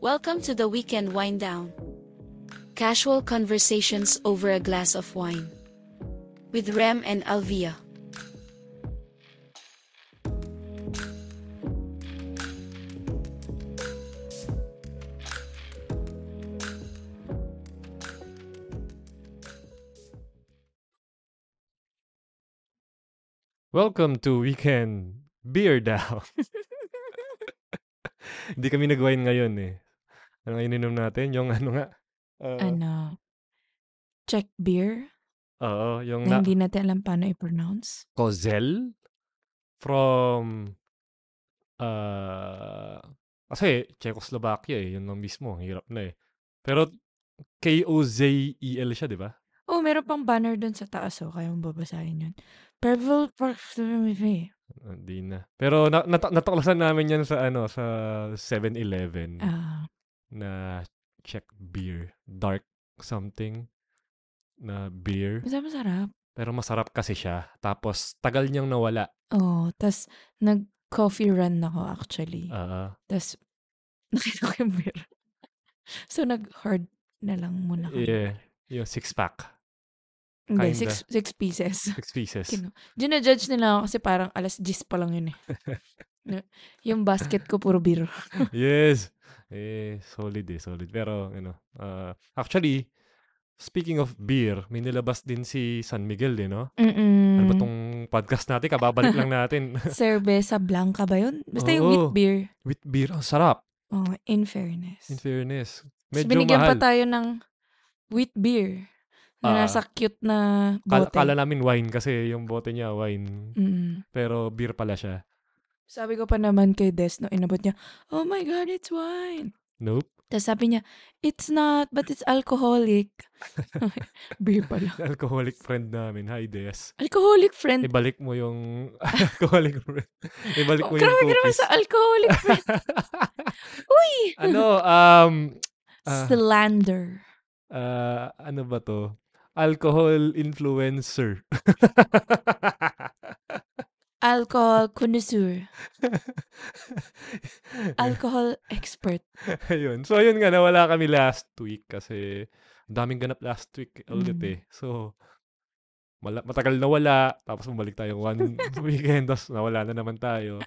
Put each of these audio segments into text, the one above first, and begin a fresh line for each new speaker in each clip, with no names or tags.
Welcome to the weekend wind down. Casual conversations over a glass of wine. With Rem and Alvia.
Welcome to Weekend Beer Down. Hindi kami nag-wine ngayon eh. Ano nga ininom natin? Yung ano nga? Uh,
ano, Czech beer
Oo, yung na-
na hindi natin alam paano i-pronounce.
Kozel from uh, kasi Czechoslovakia eh, yun lang mismo, ang hirap na eh. Pero K-O-Z-E-L E siya, di ba?
Oh, meron pang banner dun sa taas, oh, kaya mong babasahin yun. Purple Park
Hindi na. Pero na, nat- natuklasan namin yan sa ano sa 7-Eleven
Ah,
na Czech beer. Dark something na beer.
masarap masarap.
Pero masarap kasi siya. Tapos tagal niyang nawala.
Oh, tas nag-coffee run ako actually.
Ah,
tas nakita ko yung beer. so, nag-hard na lang muna kami.
yeah. Yung six-pack.
Hindi,
kinda.
six, six pieces.
Six pieces.
Kinu- Dinajudge nila ako kasi parang alas 10 pa lang yun eh. yung basket ko puro beer.
yes. Eh, solid eh, solid. Pero, ano, ah, actually, speaking of beer, may nilabas din si San Miguel eh, no?
Mm-mm.
Ano ba tong podcast natin? Kababalik lang natin.
Cerveza Blanca ba yun? Basta yung
Oo.
wheat beer.
With beer, ang sarap.
Oh, in fairness.
In fairness.
Tapos
Medyo
binigyan
mahal.
pa tayo ng wheat beer
Ah.
na nasa cute na
Kala,
bote.
kala namin wine kasi yung bote niya wine.
Mm.
Pero beer pala siya.
Sabi ko pa naman kay Des, no, inabot niya, oh my God, it's wine.
Nope.
Tapos sabi niya, it's not, but it's alcoholic. beer pala.
Alcoholic friend namin. Hi, Des.
Alcoholic friend.
Ibalik mo yung alcoholic friend. Ibalik
Oh,
mo yung
grabe ka naman
cookies.
sa alcoholic friend. Uy!
ano, um, ah,
Slander.
ah, ano ba to? Alcohol influencer.
Alcohol connoisseur. Alcohol expert.
ayun. So, ayun nga, nawala kami last week kasi ang daming ganap last week ulit
Mm.
eh. So, mala- matagal nawala, tapos bumalik tayo one weekend, tapos nawala na naman tayo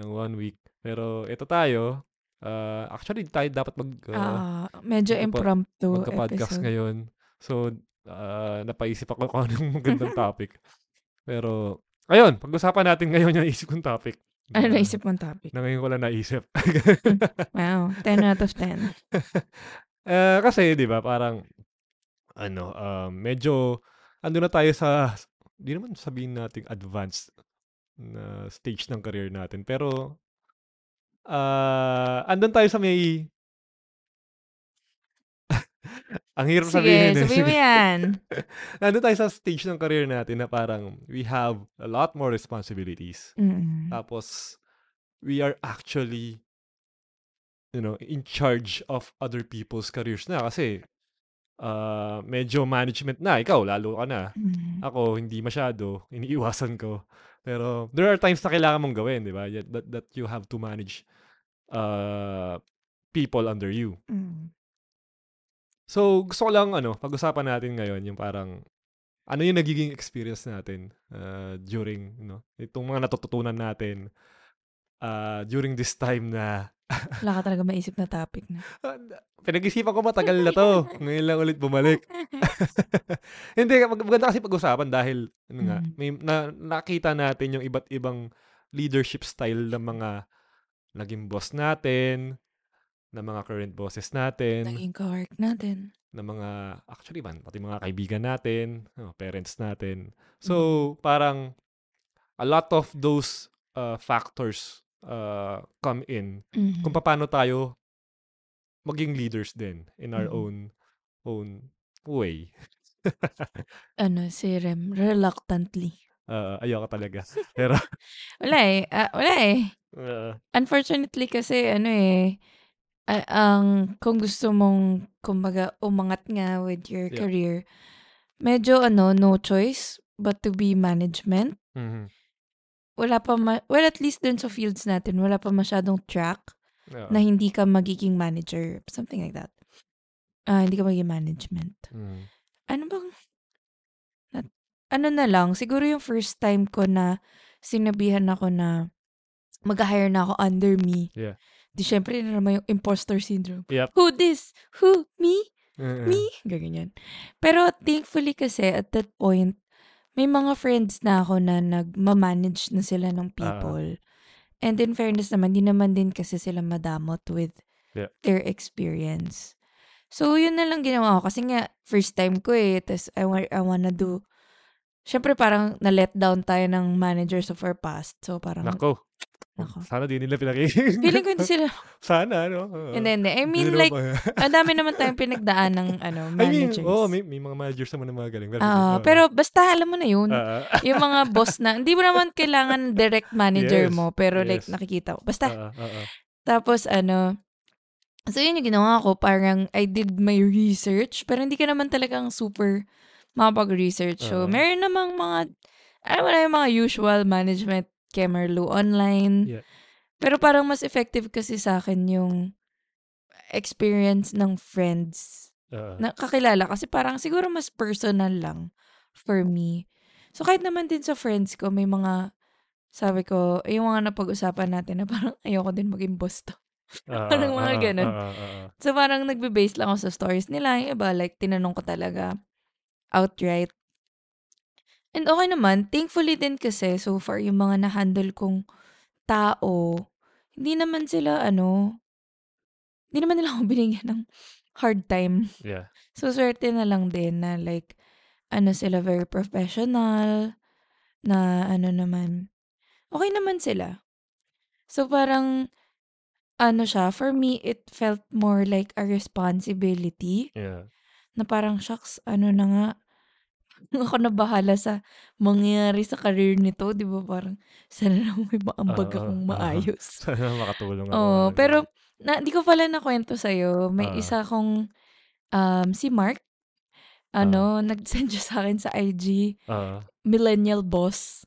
ng one week. Pero, ito tayo. Ah, actually, tayo dapat mag... ah,
Ah, medyo
magkapa-
impromptu
magka-podcast
episode.
ngayon. So, ah, napaisip ako kung anong magandang topic. Pero, ayun, pag-usapan natin ngayon yung isip kong topic.
Ano
Na-
naisip Hmm. mong topic?
Na ngayon ko lang naisip.
Wow, 10 out of 10.
Eh, kasi, di ba, parang, ano, um, medyo, ando na tayo sa, di naman sabihin nating advanced na stage ng career natin. Pero, ah, andun tayo sa may, ang hirap sabihin.
Sige,
eh.
sabihin mo yan.
Nandun tayo sa stage ng career natin na parang we have a lot more responsibilities.
Mm.
Ah. Tapos, we are actually, you know, in charge of other people's careers na kasi uh, medyo management na. Ikaw, lalo ka na.
Mm.
Ako, hindi masyado. Iniiwasan ko. Pero there are times na kailangan mong gawin, di ba? Yet- That, that you have to manage uh, people under you.
Mm.
So, gusto ko lang, ano, pag-usapan natin ngayon yung parang ano yung nagiging experience natin uh, during, you know, itong mga natututunan natin uh, during this time na ah,
Wala ka talaga maisip na topic na.
pinag-isipan ko matagal na to. Ngayon lang ulit bumalik. Hindi, mag- maganda kasi pag-usapan dahil ano nga,
Mm.
may, na, nakita natin yung iba't ibang leadership style ng mga naging boss natin, ng mga current bosses natin.
Naging kawork natin.
ng mga, actually man, pati mga kaibigan natin, no, parents natin.
Mm.
So, parang a lot of those uh, factors uh, come in
Mm.
kung paano tayo maging leaders din in our
Mhm.
own own way.
ano, si Rem, reluctantly.
Uh, ayoko talaga. Pero,
Wala eh, ah, wala eh.
uh,
Unfortunately kasi, ano eh, ah, ang kung gusto mong, kumbaga, umangat nga with your
Yeah.
career, medyo ano, no choice but to be management.
mhm.
wala pa ma- well at least dun sa fields natin wala pa masyadong track
Oo.
na hindi ka magiging manager, something like that. Ah, hindi ka magiging management.
Mm.
Ano bang, nat- ano na lang, siguro yung first time ko na sinabihan ako na mag-hire na ako under me.
Yeah.
Di syempre, yun na naman yung imposter syndrome.
Yep.
Who this? Who? Me?
Mm-mm.
me? Ganyan. Pero thankfully kasi at that point, may mga friends na ako na nagmamanage na sila
Ah.
ng people. And in fairness naman, di naman din kasi sila madamot with
Yeah.
their experience. So, yun na lang ginawa ko. Kasi nga, first time ko eh. Tapos, I, wa- I wanna do... Siyempre, parang na-let down tayo ng managers of our past. So, parang...
Nako.
Nako.
Sana di nila pinakikinig.
Feeling ko hindi sila...
Sana, no? Oo.
And then, eh, I
Hindi
mean,
nila
like,
pa-
ang dami naman tayong pinagdaan ng ano,
I mean,
managers.
oh, may, may mga managers naman na mga galing. Pero,
Ah,
oo.
pero basta alam mo na yun.
Ah, ah,
yung mga boss na, hindi mo naman kailangan ng direct manager
Yes,
mo, pero like
yes.
nakikita ko. Basta,
ah, ah, ah.
tapos ano, so yun yung ginawa ko, parang I did my research, pero hindi ka naman talagang super mapag-research. So,
Oo.
meron namang mga, alam mo na yung mga usual management Kemerlu online.
Yeah.
Pero parang mas effective kasi sa akin yung experience ng friends
Ah, ah.
na kakilala kasi parang siguro mas personal lang for me. So kahit naman din sa friends ko, may mga sabi ko, yung mga napag-usapan natin na parang ayoko din maging boss to.
Ah,
parang
ah,
mga
ah,
ganun.
ah, ah, ah, ah.
So parang nagbe-base lang ako sa stories nila. Yung iba, like, tinanong ko talaga outright. And okay naman, thankfully din kasi so far yung mga na-handle kong tao, hindi naman sila ano, hindi naman nila ako binigyan ng hard time.
Yeah.
So, swerte na lang din na like, ano sila, very professional, na ano naman, okay naman sila. So, parang, ano siya, for me, it felt more like a responsibility
Yeah.
na parang, shucks, ano na nga, ako na bahala sa mangyayari sa career nito, di ba? Parang, sana na may maambag
Ah, ah,
akong
ah.
maayos.
Sana makatulong ako. mga
Oo, Oh, pero na, di ko pala nakwento sa'yo. May
Ah.
isa kong, um, si Mark, ano, nag-send siya sa akin sa IG,
ganun. Ah.
millennial boss.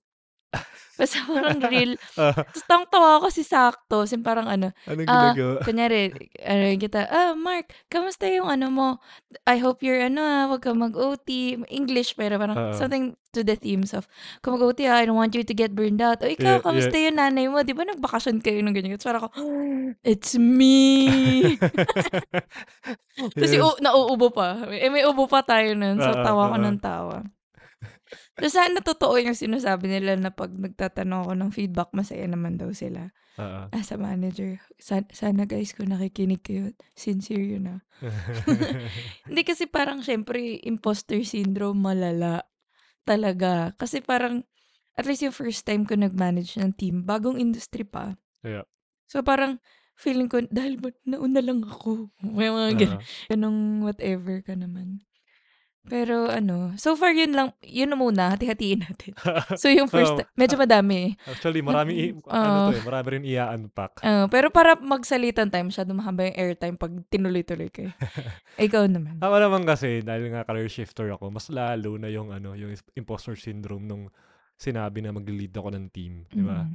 Basta parang real.
Ah,
Tapos tawang-tawa ako si Sakto. Kasi parang ano,
anong
Ah,
ginagawa?
kunyari, ano yung kita, ah, Mark, kamusta yung ano mo? I hope you're ano ah, wag ka mag-OT. English, pero parang
Ah.
something to the themes of, kung mag-OT ah, I don't want you to get burned out. O ikaw,
Yeah,
kamusta yung nanay mo? Di ba nagbakasyon kayo nung ganyan? Tapos parang ako, it's me! Tapos
Yes.
yung u- nauubo pa. Eh, may ubo pa tayo nun. So,
Oo,
tawa ko
oo.
ng tawa. So, sana totoo yung sinasabi nila na pag nagtatanong ako ng feedback, masaya naman daw sila.
Ah, ah.
As a manager, sana, sana guys, kung nakikinig kayo, sincere yun ah. Hindi kasi parang, syempre, imposter syndrome malala. Talaga. Kasi parang, at least yung first time ko nag-manage ng team, bagong industry pa.
Yeah.
So, parang, feeling ko, dahil ba, nauna lang ako. May mga ganun
Ah,
ganong whatever ka naman. Pero ano, so far yun lang, yun na muna, hati-hatiin natin.
ah.
So yung first,
Um,
ti- medyo madami eh.
Actually, marami, i- ano to eh, marami rin i-unpack.
Ah, pero para magsalitan tayo, masyado mahaba yung airtime pag tinuloy-tuloy kayo. Ikaw naman.
Tama naman kasi, dahil nga career shifter ako, mas lalo na yung, ano, yung is- imposter syndrome nung sinabi na mag-lead ako ng team. Di ba?
Mm.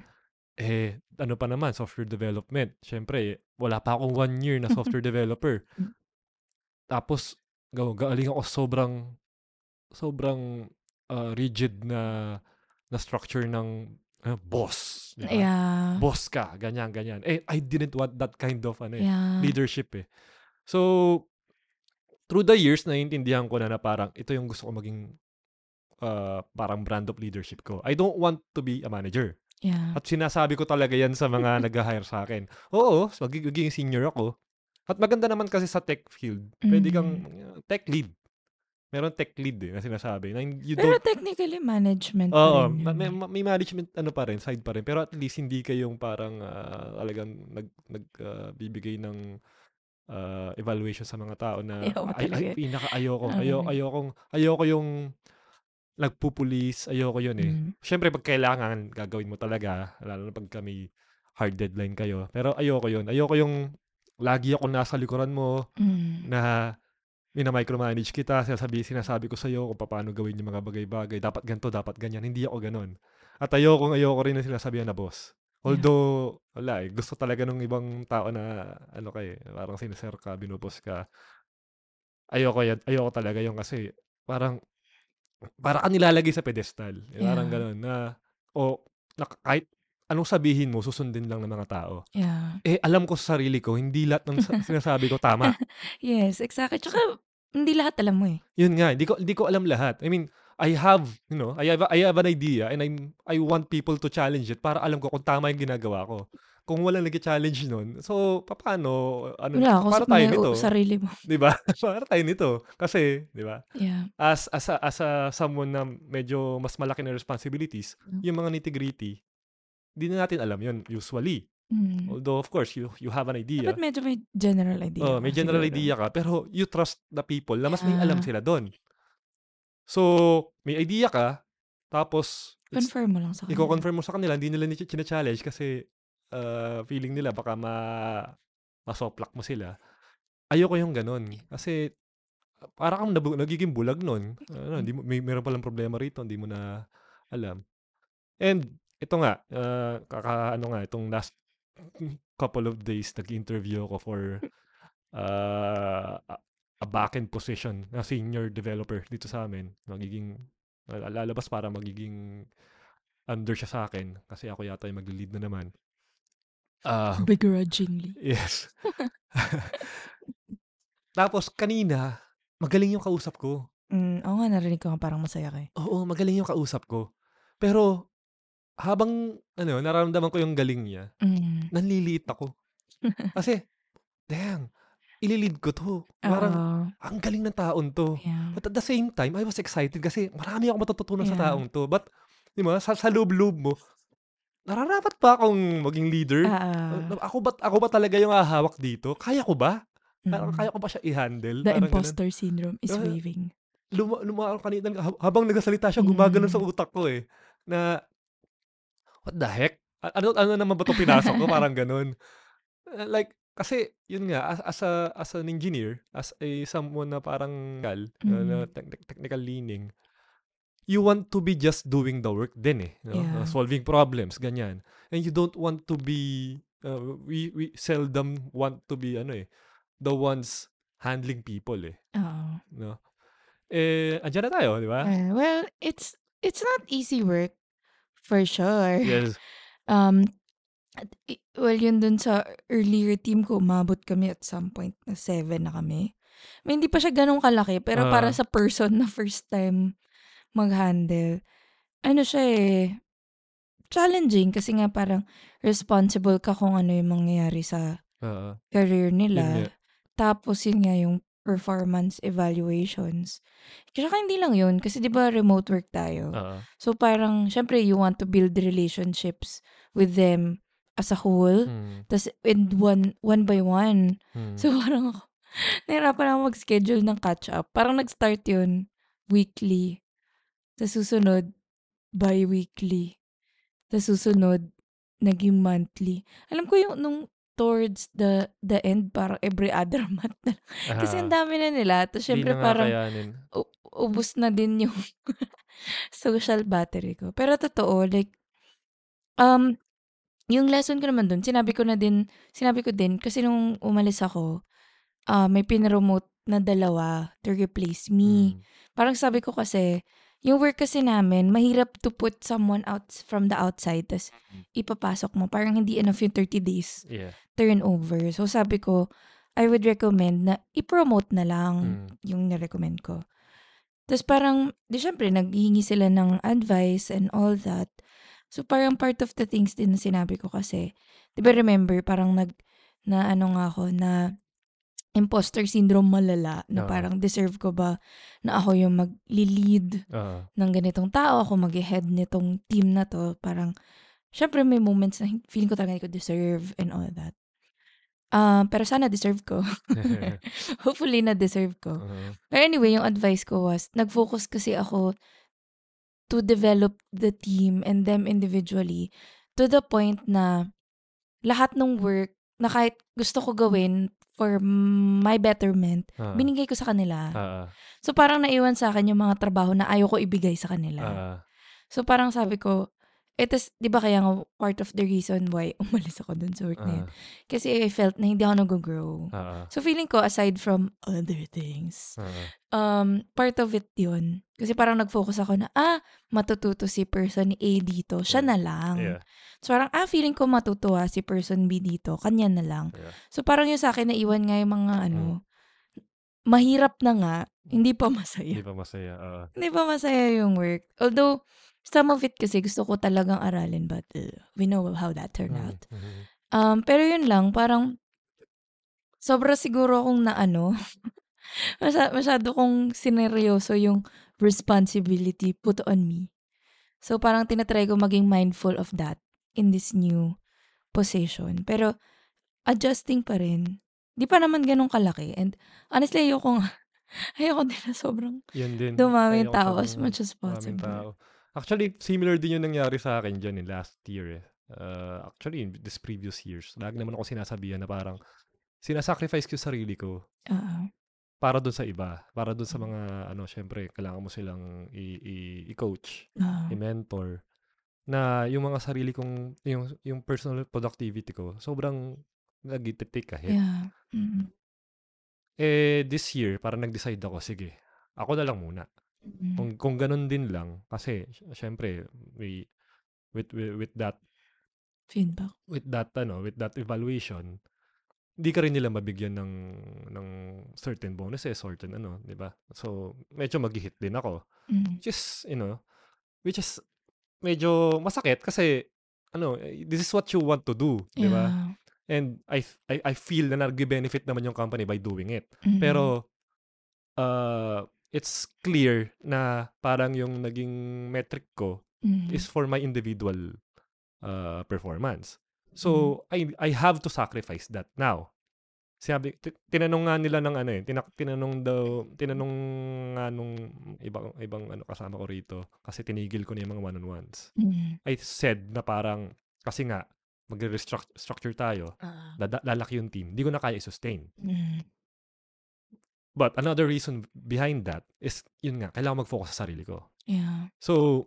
Eh, ano pa naman, software development. Siyempre, eh, wala pa akong one year na software developer.
Mm.
Tapos, gaw- galing ako sobrang, sobrang ah, rigid na, na structure ng ah, boss. di ba?
Yeah.
boss ka, ganyan, ganyan. Eh, I didn't want that kind of ano, eh,
Yeah.
leadership eh. So, through the years, naiintindihan ko na na parang ito yung gusto ko maging uh, parang brand of leadership ko. I don't want to be a manager.
Yeah.
At sinasabi ko talaga yan sa mga nag-hire sa akin. Oo, magig- magiging senior ako. At maganda naman kasi sa tech field, pwede kang uh,
Mm.
tech lead. Meron tech lead eh, na sinasabi. Na you
Pero mm.
don't
technically management
Oo,
pa rin
ma-
yun.
may, ma- may management ano pa rin, side pa rin. Pero at least hindi kayong parang ah, talagang nag, nagbibigay ng ah, evaluation sa mga tao na
Ayaw mo
ay, ay,
talaga.
pinaka ayoko.
Ah.
Ayoko, ayokong, ayoko yung nagpupulis. Ayoko yun eh.
Mm.
Siyempre pag kailangan, gagawin mo talaga. Lalo na pag kami hard deadline kayo. Pero ayoko yun. Ayoko yung lagi ako nasa likuran mo
Mm.
na mina-micromanage kita, sinasabi, sinasabi ko sa'yo kung paano gawin yung mga bagay-bagay. Dapat ganito, dapat ganyan. Hindi ako ganon. At ayoko, ayoko rin na sinasabihan na boss. Although, wala eh, gusto talaga ng ibang tao na, ano kay, parang siniser ka, binubos ka. Ayoko yan, ayoko talaga yung kasi, parang, para kang nilalagay sa pedestal. Eh, Parang
Yeah.
ganun, na, o, na, kahit anong sabihin mo, susundin lang ng mga tao.
Yeah.
Eh, alam ko sa sarili ko, hindi lahat ng sa- sinasabi ko tama.
Yes, exactly. Tsaka, hindi lahat alam mo eh.
Yun nga, hindi ko hindi ko alam lahat. I mean, I have, you know, I have I have an idea and I'm I want people to challenge it para alam ko kung tama yung ginagawa ko. Kung walang nag-challenge nun, so paano ano
Wala, ako
para
sa
tayo
may-
nito,
o- sarili mo.
'di ba? para tayo nito kasi, 'di ba?
Yeah.
As as a, as a someone na medyo mas malaki na responsibilities,
Mm.
yung mga nitty-gritty, hindi na natin alam yun usually.
Mm.
Although of course, you you have an idea.
Dapat medyo may general idea.
Oh,
ka
may general
siguro. Ah.
idea ka, pero you trust the people na mas may
Yeah.
alam sila doon. So, may idea ka, tapos, it's-
Confirm mo lang sa kanila.
i-confirm mo sa kanila, hindi nila niche- china-challenge kasi uh, feeling nila baka ma masoplak mo sila. Ayoko yung ganun. Kasi, uh, para kang nabu- nagiging bulag nun.
Mm.
Ano, hindi mo, may, meron palang problema rito, hindi mo na alam. And, ito nga, uh, kaka, ano nga, itong last couple of days, nag-interview ako for uh, a a back-end position na senior developer dito sa amin. Magiging, lal- lalabas para magiging under siya sa akin kasi ako yata yung mag-lead na naman. Ah,
Begrudgingly.
yes. Tapos kanina, magaling yung kausap ko.
Mm, oo nga, narinig ko nga parang masaya ka eh.
Oo, magaling yung kausap ko. Pero habang ano, nararamdaman ko yung galing niya,
Mm.
nanliliit ako. Kasi, dang, ililid ko to. Parang,
Oo,
ang galing ng taon to.
yeah.
But at the same time, I was excited kasi marami akong matututunan sa
Yeah.
taong to. But, di ba, sa, sa loob-loob mo, nararapat pa akong maging leader?
Ah,
ako ba ako ba talaga yung hahawak dito? Kaya ko ba? Parang
mm.
kaya ko ba siya i-handle?
The
Parang ganun.
imposter syndrome is
Ah,
waving.
Luma, luma kanina hab- habang nagsasalita siya, gumagano
Mm.
sa utak ko eh. Na what the heck? A- Ano ano naman ba 'to pinasok ko parang ganun. Uh, Like kasi yun nga as, as a as an engineer, as a someone na parang technical, uh, na
Mm.
tec- technical leaning, you want to be just doing the work din eh. no?
Yeah.
Uh, solving problems, ganyan. And you don't want to be, uh, we, we seldom want to be, ano eh, the ones handling people eh.
Oo.
No? Eh, andyan na tayo, di ba?
Ah, well, it's it's not easy work for sure.
Yes.
Um at, i- well, yun dun sa earlier team ko, umabot kami at some point na seven na kami. I mean, hindi pa siya ganun kalaki, pero para
Ah.
sa person na first time mag-handle, ano siya eh, challenging kasi nga parang responsible ka kung ano yung mangyayari sa
Oo.
career
Yun
nila.
nga.
Tapos yun nga yung performance evaluations. Kasi hindi lang yun, kasi di ba remote work tayo.
Oo.
So parang, syempre, you want to build relationships with them as a whole.
Mm,
tas and one, one by one.
mm.
So parang ako, nahirapan ako mag-schedule ng catch-up. Parang nag-start yun weekly. Tapos susunod, bi-weekly. Tapos susunod, naging monthly. Alam ko yung nung towards the the end, parang every other month na lang. Kasi
Ah,
ang dami na nila. Tapos
di
syempre
na nga
parang
kayanin.
u- ubus na din yung social battery ko. Pero totoo, like, um, yung lesson ko naman dun, sinabi ko na din, sinabi ko din, kasi nung umalis ako, ah, may pinromote na dalawa to replace
Mm.
me. Parang sabi ko kasi, yung work kasi namin, mahirap to put someone out from the outside, tas
Mm.
ipapasok mo. Parang hindi enough yung 30 days
Yeah.
turnover. So sabi ko, I would recommend na i-promote na lang
Mm.
yung na-recommend ko. Tapos parang, di syempre, naghihingi sila ng advice and all that. So parang part of the things din na sinabi ko kasi, di ba remember, parang nag, na ano nga ako, na imposter syndrome malala, na
Oo.
parang deserve ko ba na ako yung mag-lead
Oo.
ng ganitong tao, ako mag-head nitong team na to. Parang, syempre may moments na hin- feeling ko talaga hindi ko deserve and all that. Ah, pero sana deserve ko. Hopefully na deserve ko.
Oo.
But anyway, yung advice ko was, nag-focus kasi ako to develop the team and them individually to the point na lahat ng work na kahit gusto ko gawin for my betterment,
Oo.
binigay ko sa kanila.
Oo. Ah.
So parang naiwan sa akin yung mga trabaho na ayoko ibigay sa kanila.
Oo.
So parang sabi ko, It is, di ba kaya nga part of the reason why umalis ako dun sa work na yun.
Ah,
Kasi I felt na hindi ako nag-grow.
ah,
So feeling ko, aside from other things,
ah, ah.
um, part of it yun. Kasi parang nag-focus ako na, ah, matututo si person A dito. Siya na lang.
Yeah.
So parang, ah, feeling ko matutuwa si person B dito. Kanya na lang.
Yeah. Mm.
So parang yung sa akin, naiwan nga yung mga ano, mahirap na nga, hindi pa masaya.
Hindi pa masaya. ah.
Hindi pa masaya yung work. Although, some of it kasi gusto ko talagang aralin but uh, we know how that turned
Mm,
out.
mhm.
Um, pero yun lang, parang sobra siguro akong naano. masyado, masyado kong sineryoso yung responsibility put on me. So parang tinatry ko maging mindful of that in this new position. Pero adjusting pa rin. Di pa naman ganun kalaki. And honestly, ayoko nga. Ayoko din na sobrang
Yan din. Ayaw
dumami yung tao
sa
as much as
maraming
possible.
tao. Actually, similar din yung nangyari sa akin dyan eh, last year eh. Uh, actually, in this previous years, lagi naman ako sinasabihan na parang sinasacrifice ko yung sarili ko
Oo.
para doon sa iba. Para doon sa mga, ano, syempre, kailangan mo silang i- i- i-coach,
Oo.
i-mentor. Na yung mga sarili kong, yung, yung personal productivity ko, sobrang nag-take a hit.
Yeah. Mm, Mm-mm.
Eh, this year, parang nag-decide ako, sige, ako na lang muna.
Mm-mm.
kung kung ganun din lang kasi sy- syempre we with, with with that
Feedback.
with that ano with that evaluation hindi ka rin nila mabigyan ng ng certain bonuses certain ano di ba so medyo maghihit din ako
Mm.
which is you know which is medyo masakit kasi ano eh, this is what you want to do di ba
Yeah.
and I, f- I I feel na nag-benefit naman yung company by doing it
Mm.
pero uh, it's clear na parang yung naging metric ko
Mm.
is for my individual uh, performance. So I I have to sacrifice that now. Sabi ti- tinanong nga nila ng ano eh, tinak, tinanong daw tinanong nga nung ibang ibang ano kasama ko rito kasi tinigil ko na yung mga one-on-ones.
Mm.
I said na parang kasi nga magre-restructure tayo,
Ah.
lada- lalaki yung team. Hindi ko na kaya i-sustain.
Mm.
But another reason behind that is, yun nga, kailangan mag-focus sa sarili ko.
Yeah.
So,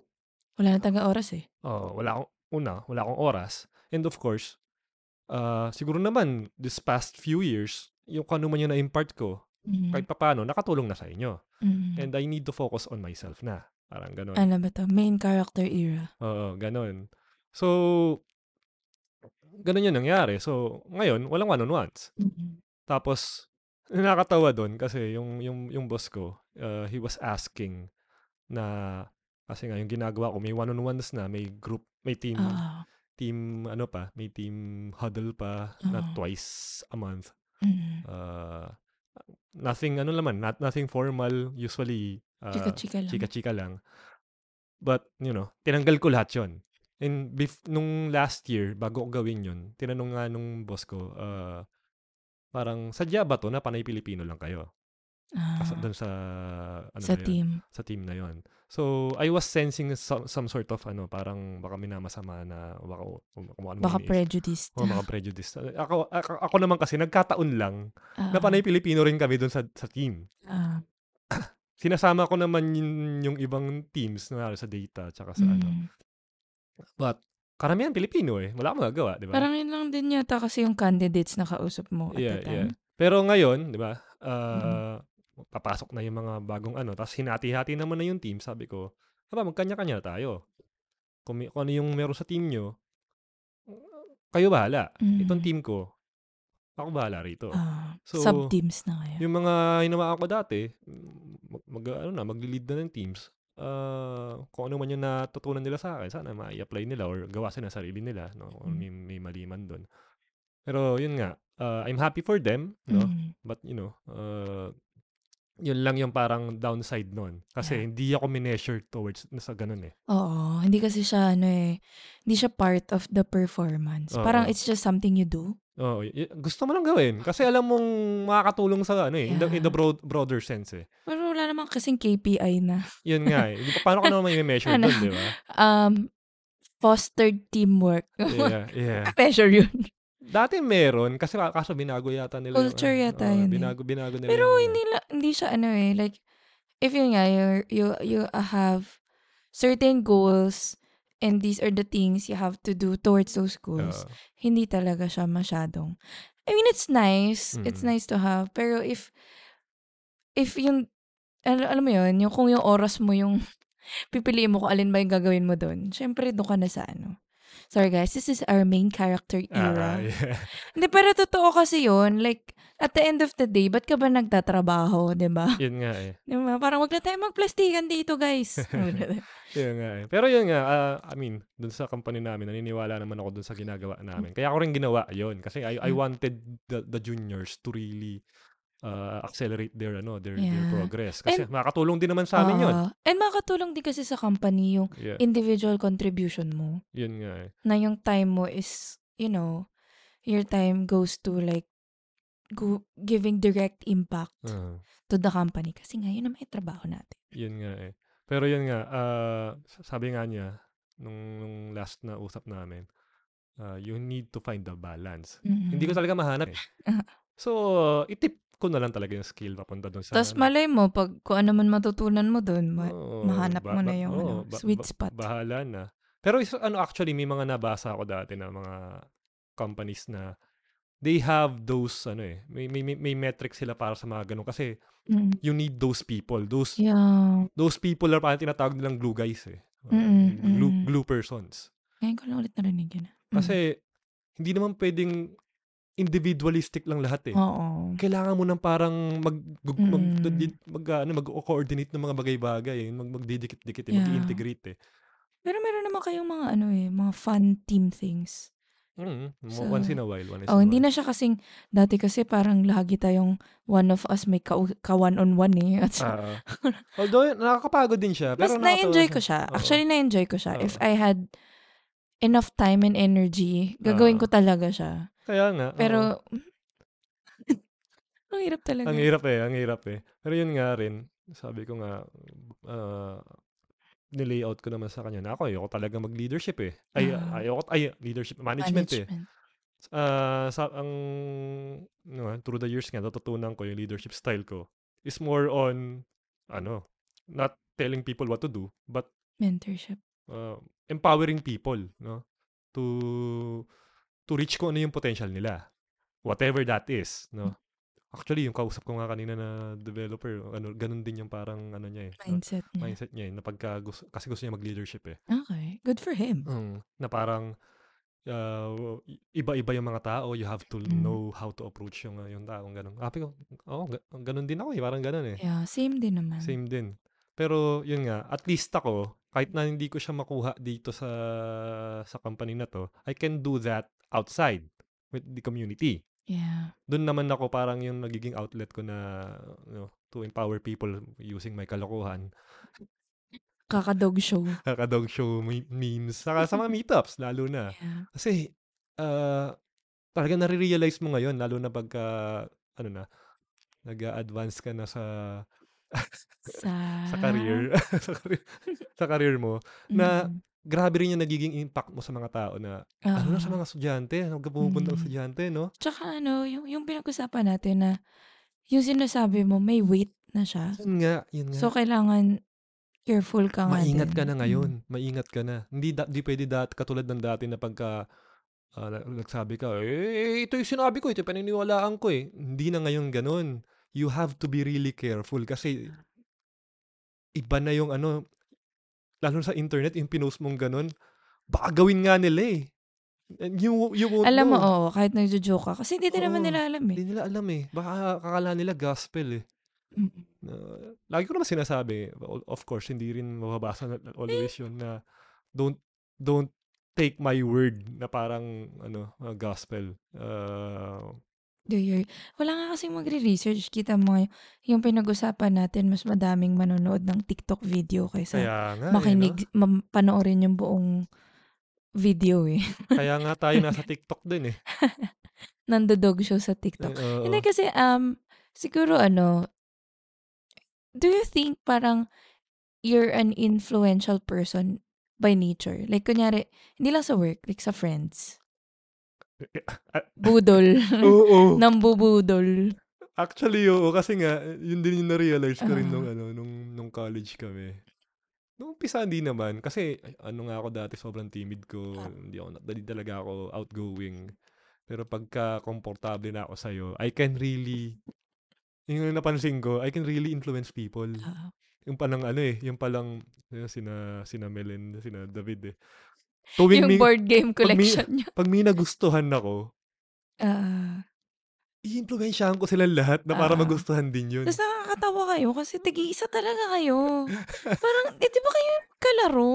Wala na taga oras eh.
uh, wala akong, una, wala akong oras. And of course, uh, siguro naman, this past few years, yung kung ano man yung na-impart ko,
Mm.
kahit papaano, nakatulong na sa inyo.
Mm.
And I need to focus on myself na. Parang ganon.
ano ba to? Main character era.
Oo, ganon. So, ganon yung nangyari. So, ngayon, walang one-on-ones.
Mm.
Mm-hmm. Tapos, nakakatawa doon kasi yung, yung, yung boss ko, uh, he was asking na, kasi nga yung ginagawa ko, may one-on-ones na, may group, may team,
Oo.
team, ano pa, may team huddle pa na
Oo.
twice a month.
Mm.
Uh, nothing, ano naman, not, nothing formal, usually, uh,
Chika-chika lang.
chika-chika lang. But, you know, tinanggal ko lahat yun. And bef- nung last year, bago ko gawin yun, tinanong nga nung boss ko, uh, parang, sadya ba to na panay Pilipino lang kayo?
Ah.
Kasi doon sa, ano
sa
na yun?
team.
Sa team na yun. So, I was sensing some, some sort of, ano, parang baka minamasama na, baka, kung, kung ano man
Baka
iniisip.
prejudiced.
Oo, mga prejudice. Ako, ako, ako naman kasi, nagkataon lang,
Ah.
na panay Pilipino rin kami doon sa, sa team
Ah.
sinasama ko naman yun, yung ibang teams na sa data tsaka sa ano.
Mm.
But karamihan Pilipino eh. Wala akong magagawa, di ba?
Parang yun lang din yata kasi yung candidates na kausap mo at
yeah,
the
yeah.
time.
Pero ngayon, di ba,
Mm.
ah, papasok na yung mga bagong ano. Tapos hinati-hati naman na yung team. Sabi ko, haba, magkanya-kanya na tayo. Kung, may- kung ano yung meron sa team nyo, kayo bahala.
Mm.
Itong team ko, ako bahala rito.
Ah.
So,
Sub-teams na kayo.
Yung mga hinawa ko dati, mag, mag ano na, magli-lead na ng teams. Ah, kung ano man yung natutunan nila sa akin, sana ma-apply nila or gawa sila ng sarili nila, no? Or
Mm.
may, may mali man doon. Pero yun nga, ah, I'm happy for them, no?
Mm.
But you know, ah, yun lang yung parang downside nun. Kasi
Yeah.
hindi ako mineasure towards na sa ganun eh.
Oo, hindi kasi siya ano eh, hindi siya part of the performance.
Oo.
Parang it's just something you do.
Oo, y- gusto mo lang gawin. Kasi alam mong makakatulong sa ano eh, in the, in the
Yeah.
broad, broader sense eh.
Pero wala naman kasing KPI na
Yun nga eh. Di ba- Paano ko naman i-measure
Ano?
doon, di ba?
um fostered teamwork.
Yeah, yeah.
Measure yun.
Dati meron, kasi ka- kaso binago yata nila. yung-
Culture
ah,
yata
oo,
yun eh.
Binago, binago nila. yung
Pero
ano.
hindi la- hindi siya ano eh, like if yun nga you're, you you have certain goals and these are the things you have to do towards those goals.
Oo.
Hindi talaga siya masyadong. I mean, it's nice. It's
Mm.
nice to have. Pero if, if yung, al- alam mo yun, yung kung yung oras mo yung, pipiliin mo kung alin ba yung gagawin mo doon, syempre doon ka na sa ano. Sorry guys, this is our main character
Ah,
era.
yeah.
Hindi, pero totoo kasi yun. Like, at the end of the day, ba't ka ba nagtatrabaho, di ba?
yun nga eh.
Di ba? Parang wag na tayo magplastikan dito, guys.
Yun nga eh. Pero yun nga, ah, I mean, dun sa company namin, naniniwala naman ako dun sa ginagawa namin. Kaya ako rin ginawa yun. Kasi I, I
Mm.
wanted the, the juniors to really ah, accelerate their ano their, their
Yeah.
progress. Kasi makakatulong din naman sa amin yun.
Oo. Ah, and makakatulong din kasi sa company yung
Yeah,
individual contribution mo.
yun nga eh.
Na yung time mo is, you know, your time goes to like go, giving direct impact
Ah,
to the company. Kasi nga, yun naman yung trabaho natin.
yun nga eh. Pero yun nga, ah, s- sabi nga niya, nung, nung last na usap namin, ah, you need to find the balance.
Mm-hmm.
Hindi ko talaga mahanap eh.
Ah.
So, itip ko na lang talaga yung skill papunta dun sa...
Tapos
ano.
malay mo, pag kung ano man matutunan mo doon, ma-
Oo,
mahanap mo na yung,
oo,
ano, sweet spot.
bahala na. Pero is, ano actually may mga nabasa ako dati na mga companies na they have those ano eh may may may- may metrics sila para sa mga ganun kasi
Mm.
you need those people those
Yeah.
those people are parang tinatawag nilang glue guys eh Uh,
Mm,
glue
mm.
glue persons
Ngayon ko lang ulit narinig yun. ah. Mm.
kasi hindi naman pwedeng individualistic lang lahat eh
Oo.
kailangan mo ng parang mag mag mag,
Oh. Mm.
mag, ano, mag-coordinate ng mga bagay-bagay, eh, mag magdidikit-dikit, eh,
Yeah.
mag-integrate eh.
Pero meron naman kayong mga ano eh, mga fun team things.
Mm, mo-
So,
once in a while, once in a
Oh, hindi
while.
na siya kasing, dati kasi parang lagi tayong one of us may ka- ka-one-on-one eh. At,
Ah. although, nakakapagod din siya.
mas
Pero
na-enjoy ko
nakakatawa
siya.
Oo.
Actually, na-enjoy ko siya.
Oo.
If I had enough time and energy, gagawin ko talaga siya.
Kaya nga. oo.
Pero, ang hirap talaga.
ang hirap eh, ang hirap eh. Pero yun nga rin, sabi ko nga, ah, nilayout ko naman sa kanya na ako, ayoko talaga mag-leadership eh. Ay,
Ah.
ayoko, ay, leadership, management, eh. Ah, sa, ang, ano, nga, through the years nga, natutunan ko yung leadership style ko is more on, ano, not telling people what to do, but
Mentorship.
uh, empowering people no to to reach ko ano yung potential nila whatever that is
Hmm.
no actually yung kausap ko nga kanina na developer ano ganun din yung parang ano niya eh no?
Mindset niya.
mindset niya eh, na pagka gusto, kasi gusto niya mag-leadership eh
Okay. Good for him.
Mm, na parang uh, i- iba-iba yung mga tao you have to
Mm.
know how to approach yung uh, yung taong ganun Sabi ko oh ga- ganun din ako eh parang ganun eh
Yeah, same din naman.
Same din. Pero yun nga, at least ako, kahit na hindi ko siya makuha dito sa sa company na to, I can do that outside with the community.
Yeah.
Doon naman ako parang yung nagiging outlet ko na you know, to empower people using my kalokohan.
Kakadog show.
Kakadog show me- memes. Saka sa mga meetups, lalo na.
Yeah.
Kasi, uh, talaga nare-realize mo ngayon, lalo na pagka, ano na, nag-advance ka na sa
Sa,
sa career, sa career, sa career mo, na
Mm.
grabe rin yung nagiging impact mo sa mga tao na, ano na sa
Ah.
mga estudyante, ano ka pupunta ng
Mm.
estudyante, no?
Tsaka ano, yung, yung pinag-usapan natin na yung sinasabi mo, may weight na siya.
Yun nga, yun nga.
So, kailangan careful ka nga
maingat
din.
ka na
Mm.
ngayon, maingat ka na. Hindi, da, di pwede dat, katulad ng dati na pagka, ah, na- nagsabi ka, eh, ito yung sinabi ko, ito yung paniniwalaan ko eh. Hindi na ngayon ganun. You have to be really careful kasi iba na yung ano, lalo sa internet, yung pinost mong ganun, baka gawin nga nila eh. And you, you won't
Alam mo,
know.
oo, kahit nagjo-joke ka. Kasi hindi din naman
Oo.
nila alam eh.
Hindi nila alam eh. Baka kakala nila gospel eh.
Mm.
Na- lagi ko naman sinasabi, o- of course, hindi rin mababasa na- always yun na don't, don't take my word na parang ano uh, gospel. Uh,
Do your, wala nga kasi magre-research. Kita mo ngayon, yung pinag-usapan natin, mas madaming manonood ng TikTok video kaysa
kaya nga eh, no?
makinig, mam- panoorin yung buong video eh.
Kaya nga tayo nasa TikTok din eh.
Nandodog show sa
Eh,
TikTok.
oo.
Hindi kasi, um, siguro ano, do you think parang you're an influential person by nature? Like, kunyari, hindi lang sa work, like sa friends.
Ah,
Budol.
Oo.
Nambubudol.
Actually, oo. Kasi nga, yun din yung na-realize ko rin
Ah.
nung, ano, nung, nung college kami. Nung umpisa, hindi naman. Kasi, ay, ano nga ako dati, sobrang timid ko.
Ah.
Hindi ako, dali talaga ako outgoing. Pero pagka komportable na ako sa'yo, I can really, yun yung napansin ko, I can really influence people.
Ah.
Yung palang ano eh, yung palang, yun, sina, sina Melen, sina David eh. Tuwing
yung
may,
board game
pag may-
collection niya.
pag may nagustuhan ako,
Ah.
i-influensyahan ko silang lahat na para
Ah.
magustuhan din yun.
Tapos nakakatawa kayo kasi tigi-isa talaga kayo. Parang, eh, di ba kayo yung kalaro?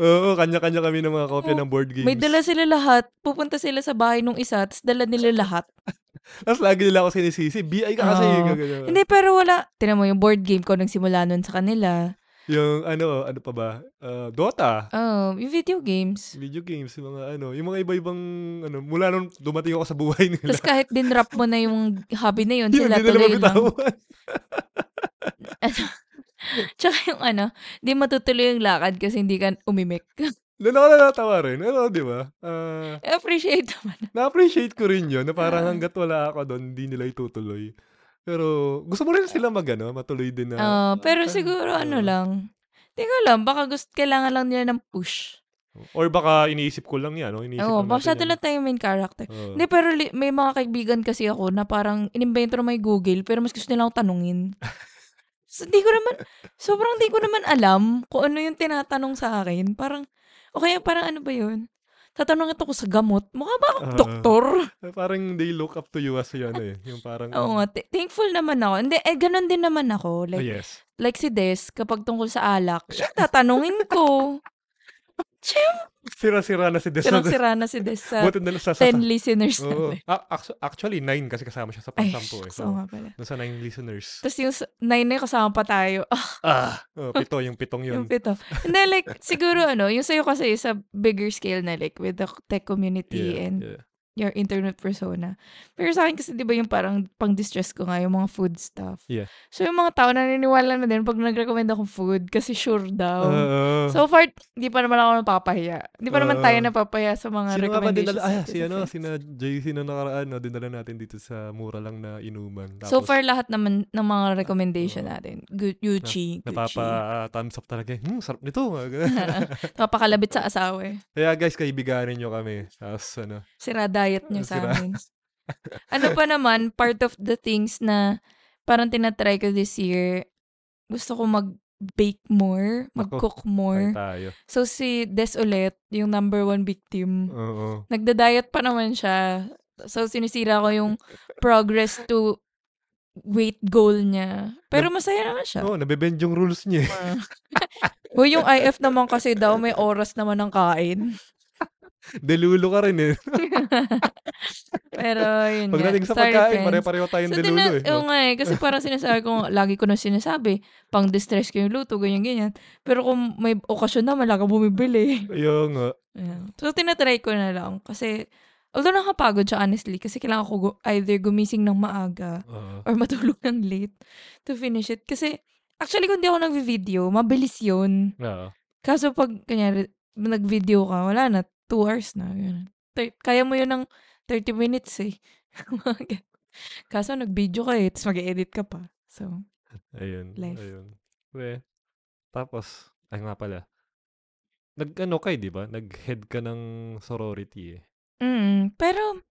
Oo, kanya-kanya kami ng mga kopya
Oo,
ng board games.
Oh, May dala sila lahat. Pupunta sila sa bahay nung isa, tapos dala nila lahat.
Tapos lagi nila ako sinisisi, BI ka kasi.
Oo.
gagano.
Ah. Hindi, pero wala. Tinan mo yung board game ko nang simula nun sa kanila.
Yung ano, ano pa ba? Ah, Dota.
Oh, yung video games.
Video games, yung mga ano, yung mga iba-ibang, ano, mula nung dumating ako sa buhay nila.
Tapos kahit din rap mo na yung hobby na yun,
Yun, hindi
sila
nila
tuloy lang.
mabitawan.
Tsaka yung ano, di matutuloy yung lakad kasi hindi ka umimik.
Doon ako natatawa rin. Ano, di ba? Ah,
Appreciate naman.
na-appreciate ko rin yun, na parang
Ah.
hanggat wala ako doon, hindi nila itutuloy. Pero gusto mo rin sila mag, ano, matuloy din na.
Ah, pero
"Ah,
siguro ano
ah."
lang. Di ko alam, baka gusto, kailangan lang nila ng push.
Or baka iniisip ko lang yan, no? Iniisip
Oo,
lang natin
masyado
yan.
lang tayo main character.
Oo.
Hindi, pero li- may mga kaibigan kasi ako na parang inimbento na may Google, pero mas gusto nila akong tanungin. so, di ko naman, sobrang di ko naman alam kung ano yung tinatanong sa akin. Parang, o kaya parang ano ba yun? Tatanungin ako sa gamot. Mukha ba akong
Ah.
doktor?
Parang they look up to you as yun eh. Yung parang...
Oo nga, th- thankful naman ako. Hindi, eh, ganun din naman ako.
Ah,
Like,
yes.
like si Des, kapag tungkol sa alak, siya tatanungin ko.
Sira-sira na si Des.
Pero sira na si Des sa
Buti na lang sa... sa-
10 listeners
Oo.
natin.
Ah, actu- actually, nine kasi kasama siya sa
Ay,
pangsampo eh.
so nga pala.
nasa nine listeners.
Tapos yung 9 na yung kasama pa tayo.
Ah! Oh, pito, yung pitong yun.
Yung pito. Hindi, like, siguro ano, yung sa'yo kasi sa bigger scale na, like, with the tech community
Yeah,
and
yeah.
your internet persona. Pero sa akin kasi, di ba yung parang pang-distress ko nga, yung mga food stuff.
Yeah.
So, yung mga tao naniniwala na din pag nag-recommend akong food kasi sure daw.
Oo.
so far, di pa naman ako napapahiya. Di pa naman tayo
Oo.
napapahiya sa
uh, Sino nga
mga
ba
recommendations.
dinala? Ah, si
natin sa
ano,
friends.
sina JC na nakaraan, no, dinala natin dito sa mura lang na inuman. Tapos,
so far, lahat naman ng mga
Oo.
recommendation natin. Gu- Gucci, Gucci.
napapa-thumbs up talaga. eh. Hmm, sarap nito. ah, ganun.
Napakalabit sa asawa eh.
Kaya guys, kaibiganin nyo kami. Tapos ano,
Sira diet niyo sa
Sira.
amin. ano pa naman, part of the things na parang tinatry ko this year, gusto ko mag-bake more,
Nako,
mag-cook
tayo
more.
tayo.
So si Des ulit, yung number one victim,
Oo.
nagda-diet pa naman siya. So sinisira ko yung progress to weight goal niya. Pero masaya naman siya.
Oo, nabebend yung rules niya. eh.
O yung IF naman kasi daw may oras naman ng kain.
Delulo ka rin eh.
Pero yun
Pagdating
nga.
sa
Sorry,
pagkain,
friends.
pare-pareho tayong
So,
delulo
tina-
eh.
oo nga eh. Kasi parang sinasabi ko, lagi ko na sinasabi, pang distress ko yung luto, ganyan-ganyan. Pero kung may okasyon naman, lagi bumibili.
Yung,
Ayan. So, tinatry ko na lang. Kasi, although nakapagod siya, honestly, kasi kailangan ko gu- either gumising ng maaga or matulog ng late to finish it. Kasi, actually, kung di ako nag-video, mabilis yun. Kaso pag, kanyari, nag-video ka, wala na, two hours na. Ganun. Thir- Kaya mo yun ng 30 minutes eh. Mga ganun. Kaso nag-video ka eh, tapos mag-edit ka pa. So,
ayun,
Life.
ayun. We, tapos, ay nga pala. Nag-ano kay, di ba? Nag-head ka ng sorority eh.
mm, pero,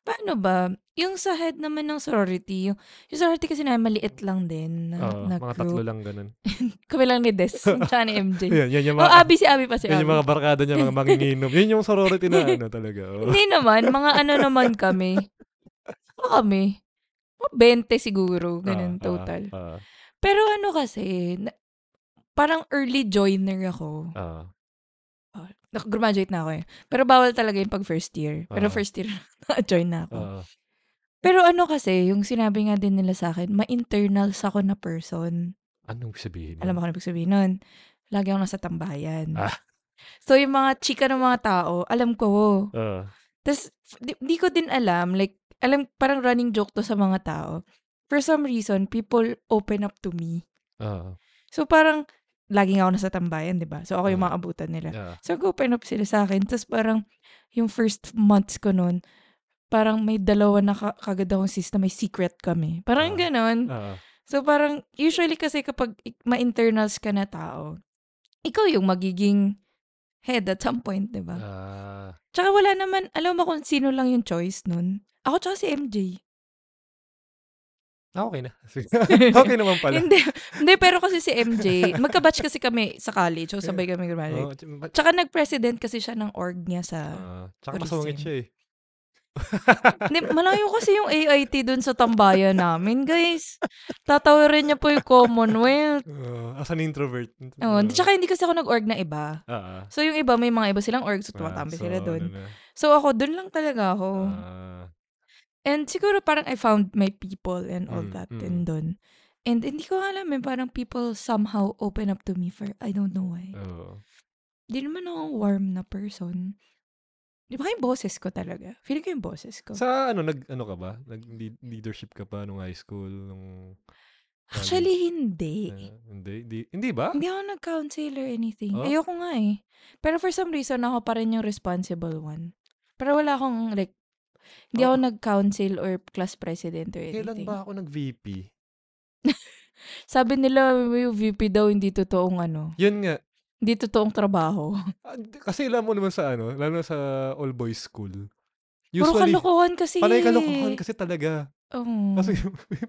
paano ba? Yung sa head naman ng sorority, yung, yung sorority kasi na maliit lang din. Na,
Oo,
na
mga tatlo
group.
lang ganun.
Kami lang ni Des, tsaka ni MJ.
Yan, yan yung
Oh,
mga,
Abi si Abi pa si
yan
Abi.
yung mga barkada niya, mga manginginom. Yan yung sorority na ano talaga. oo.
Hindi naman, mga ano naman kami. Ano kami? Mga 20 siguro,
Ah,
ganun
ah,
total.
ah,
Pero ano kasi, na- parang early joiner ako.
ah.
Nak- Graduate na ako eh. Pero bawal talaga yung pag first year. Pero
Ah.
first year, join na ako.
ah.
Pero ano kasi, yung sinabi nga din nila sa akin, ma-internals ako na person.
Anong sabihin?
Alam mo kung ano ibig sabihin nun? Lagi ako nasa tambayan.
Ah.
So, yung mga chika ng mga tao, alam ko.
Ah,
Tapos, di, di ko din alam, like, alam, parang running joke to sa mga tao. For some reason, people open up to me.
ah,
So parang, laging ako nasa tambayan, di ba? So ako yung
Mm.
mga abutan nila.
ah.
So open up sila sa akin. Tapos parang, yung first months ko noon, parang may dalawa na ka- kagad akong sis na may secret kami. Parang
Ah.
ganon.
ah.
So parang, usually kasi kapag i- ma-internals ka na tao, ikaw yung magiging head at some point, di ba?
Ah,
Tsaka wala naman, alam mo kung sino lang yung choice nun. Ako tsaka si MJ.
ah, okay na. Sige. okay naman pala.
hindi, hindi, pero kasi si MJ, magkabatch kasi kami sa college, so sabay kami graduate.
Oh, tsaka-
Tsaka nag-president kasi siya ng org niya sa...
ah, tsaka
tourism.
masungit siya eh. Ah.
Hindi, malayo kasi yung AIT dun sa tambayan namin, guys. Tatawirin niya po yung Commonwealth.
Ah, as an introvert.
Oo, hindi- tsaka hindi kasi ako nag-org na iba.
Ah, ah.
So yung iba, may mga iba silang org, so
Ah, so,
tumatambi sila dun.
ano na.
So ako, dun lang talaga ako.
Ah,
And siguro parang I found my people and all
Mm,
that
mm.
and dun. And hindi ko alam eh, parang people somehow open up to me for, I don't know why.
oo.
Di naman ako warm na person. Di ba yung boses ko talaga? Feeling ko yung boses ko.
Sa ano, nag, ano ka ba? Nag lead- leadership ka ba nung high school? Nung,
Actually, hindi.
ah, hindi, hindi, hindi ba?
Hindi ako nag-counsel or anything.
Oh?
Ayoko nga eh. Pero for some reason, ako pa rin yung responsible one. Pero wala akong like, hindi
Oh.
ako nag-council or class president or
Kailan
anything.
ba ako nag-VP?
Sabi nila, yung VP daw hindi totoong ano,
Yun nga.
hindi totoong trabaho.
Ah, di- Kasi alam mo naman sa ano, lalo na sa all boys school.
Puro kalokohan kasi. eh.
panay kalokohan kasi talaga.
Oo.
Kasi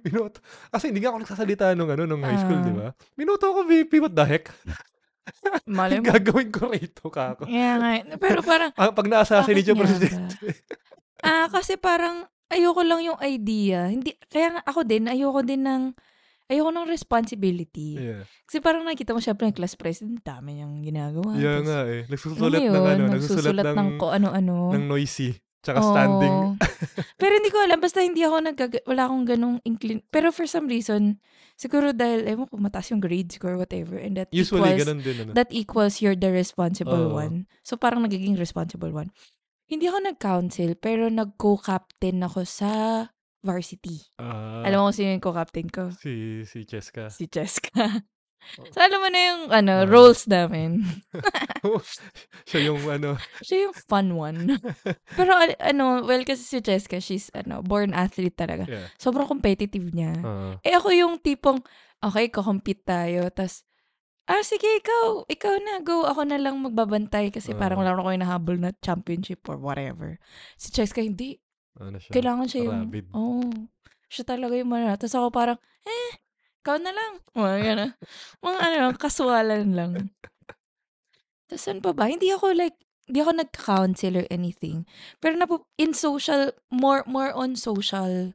minuto. Kasi hindi nga ako nagsasalita nung ano nung high school,
Ah.
di ba? Minuto ako VP, what the heck?
Malay mo.
Gagawin ko rito ka ako.
Yeah, nga. eh. Pero parang,
Ah, pag na-assassinate
Bakit
yung
nga
presidente.
ah, kasi parang, ayoko lang yung idea. Hindi, kaya nga ako din, ayoko din ng, ayoko ng responsibility.
yeah.
Kasi parang nakita mo, syempre, yung class president, dami niyang ginagawa.
Yeah
Tapos,
nga eh.
alam mo
Nagsusulat
yun,
ng ano,
nagsusulat
nagsusulat ng,
ng
ng,
ko ano? Oh, ano-ano.
noisy. Tsaka standing.
Oo. Pero hindi ko alam, basta hindi ako nag wala akong ganong inclin. Pero for some reason, siguro dahil, ewan ko, mataas yung grades ko or whatever. And that
Usually,
equals,
ganun din. Ano.
that equals you're the
Oo.
responsible one. So parang nagiging responsible one. Hindi ako nag-council, pero nag-co-captain ako sa varsity.
Ah,
alam mo kung sino yung co-captain ko?
Si, si Cheska.
Si Cheska.
Oh.
so alam mo na yung ano,
Oo.
roles namin.
Oh, Siya yung ano.
Siya yung fun one. Pero al- ano, well kasi si Cheska, she's ano, born athlete talaga.
Yeah.
Sobrang competitive niya.
Ah.
Eh ako yung tipong, okay, kukompete tayo. Tapos, ah sige, ikaw, ikaw na, go. Ako na lang magbabantay kasi
Ah.
parang wala ko yung nahabol na championship or whatever. Si Cheska, hindi.
ano siya?
Kailangan siya yung,
rabid.
oh, siya talaga yung mananalo. Tapos ako parang, eh, ikaw na lang. Mga gano'n. Mga ano lang, kaswalan lang. Tapos saan pa ba? Hindi ako like, hindi ako nagka-counsel or anything. Pero napu- in social, more more on social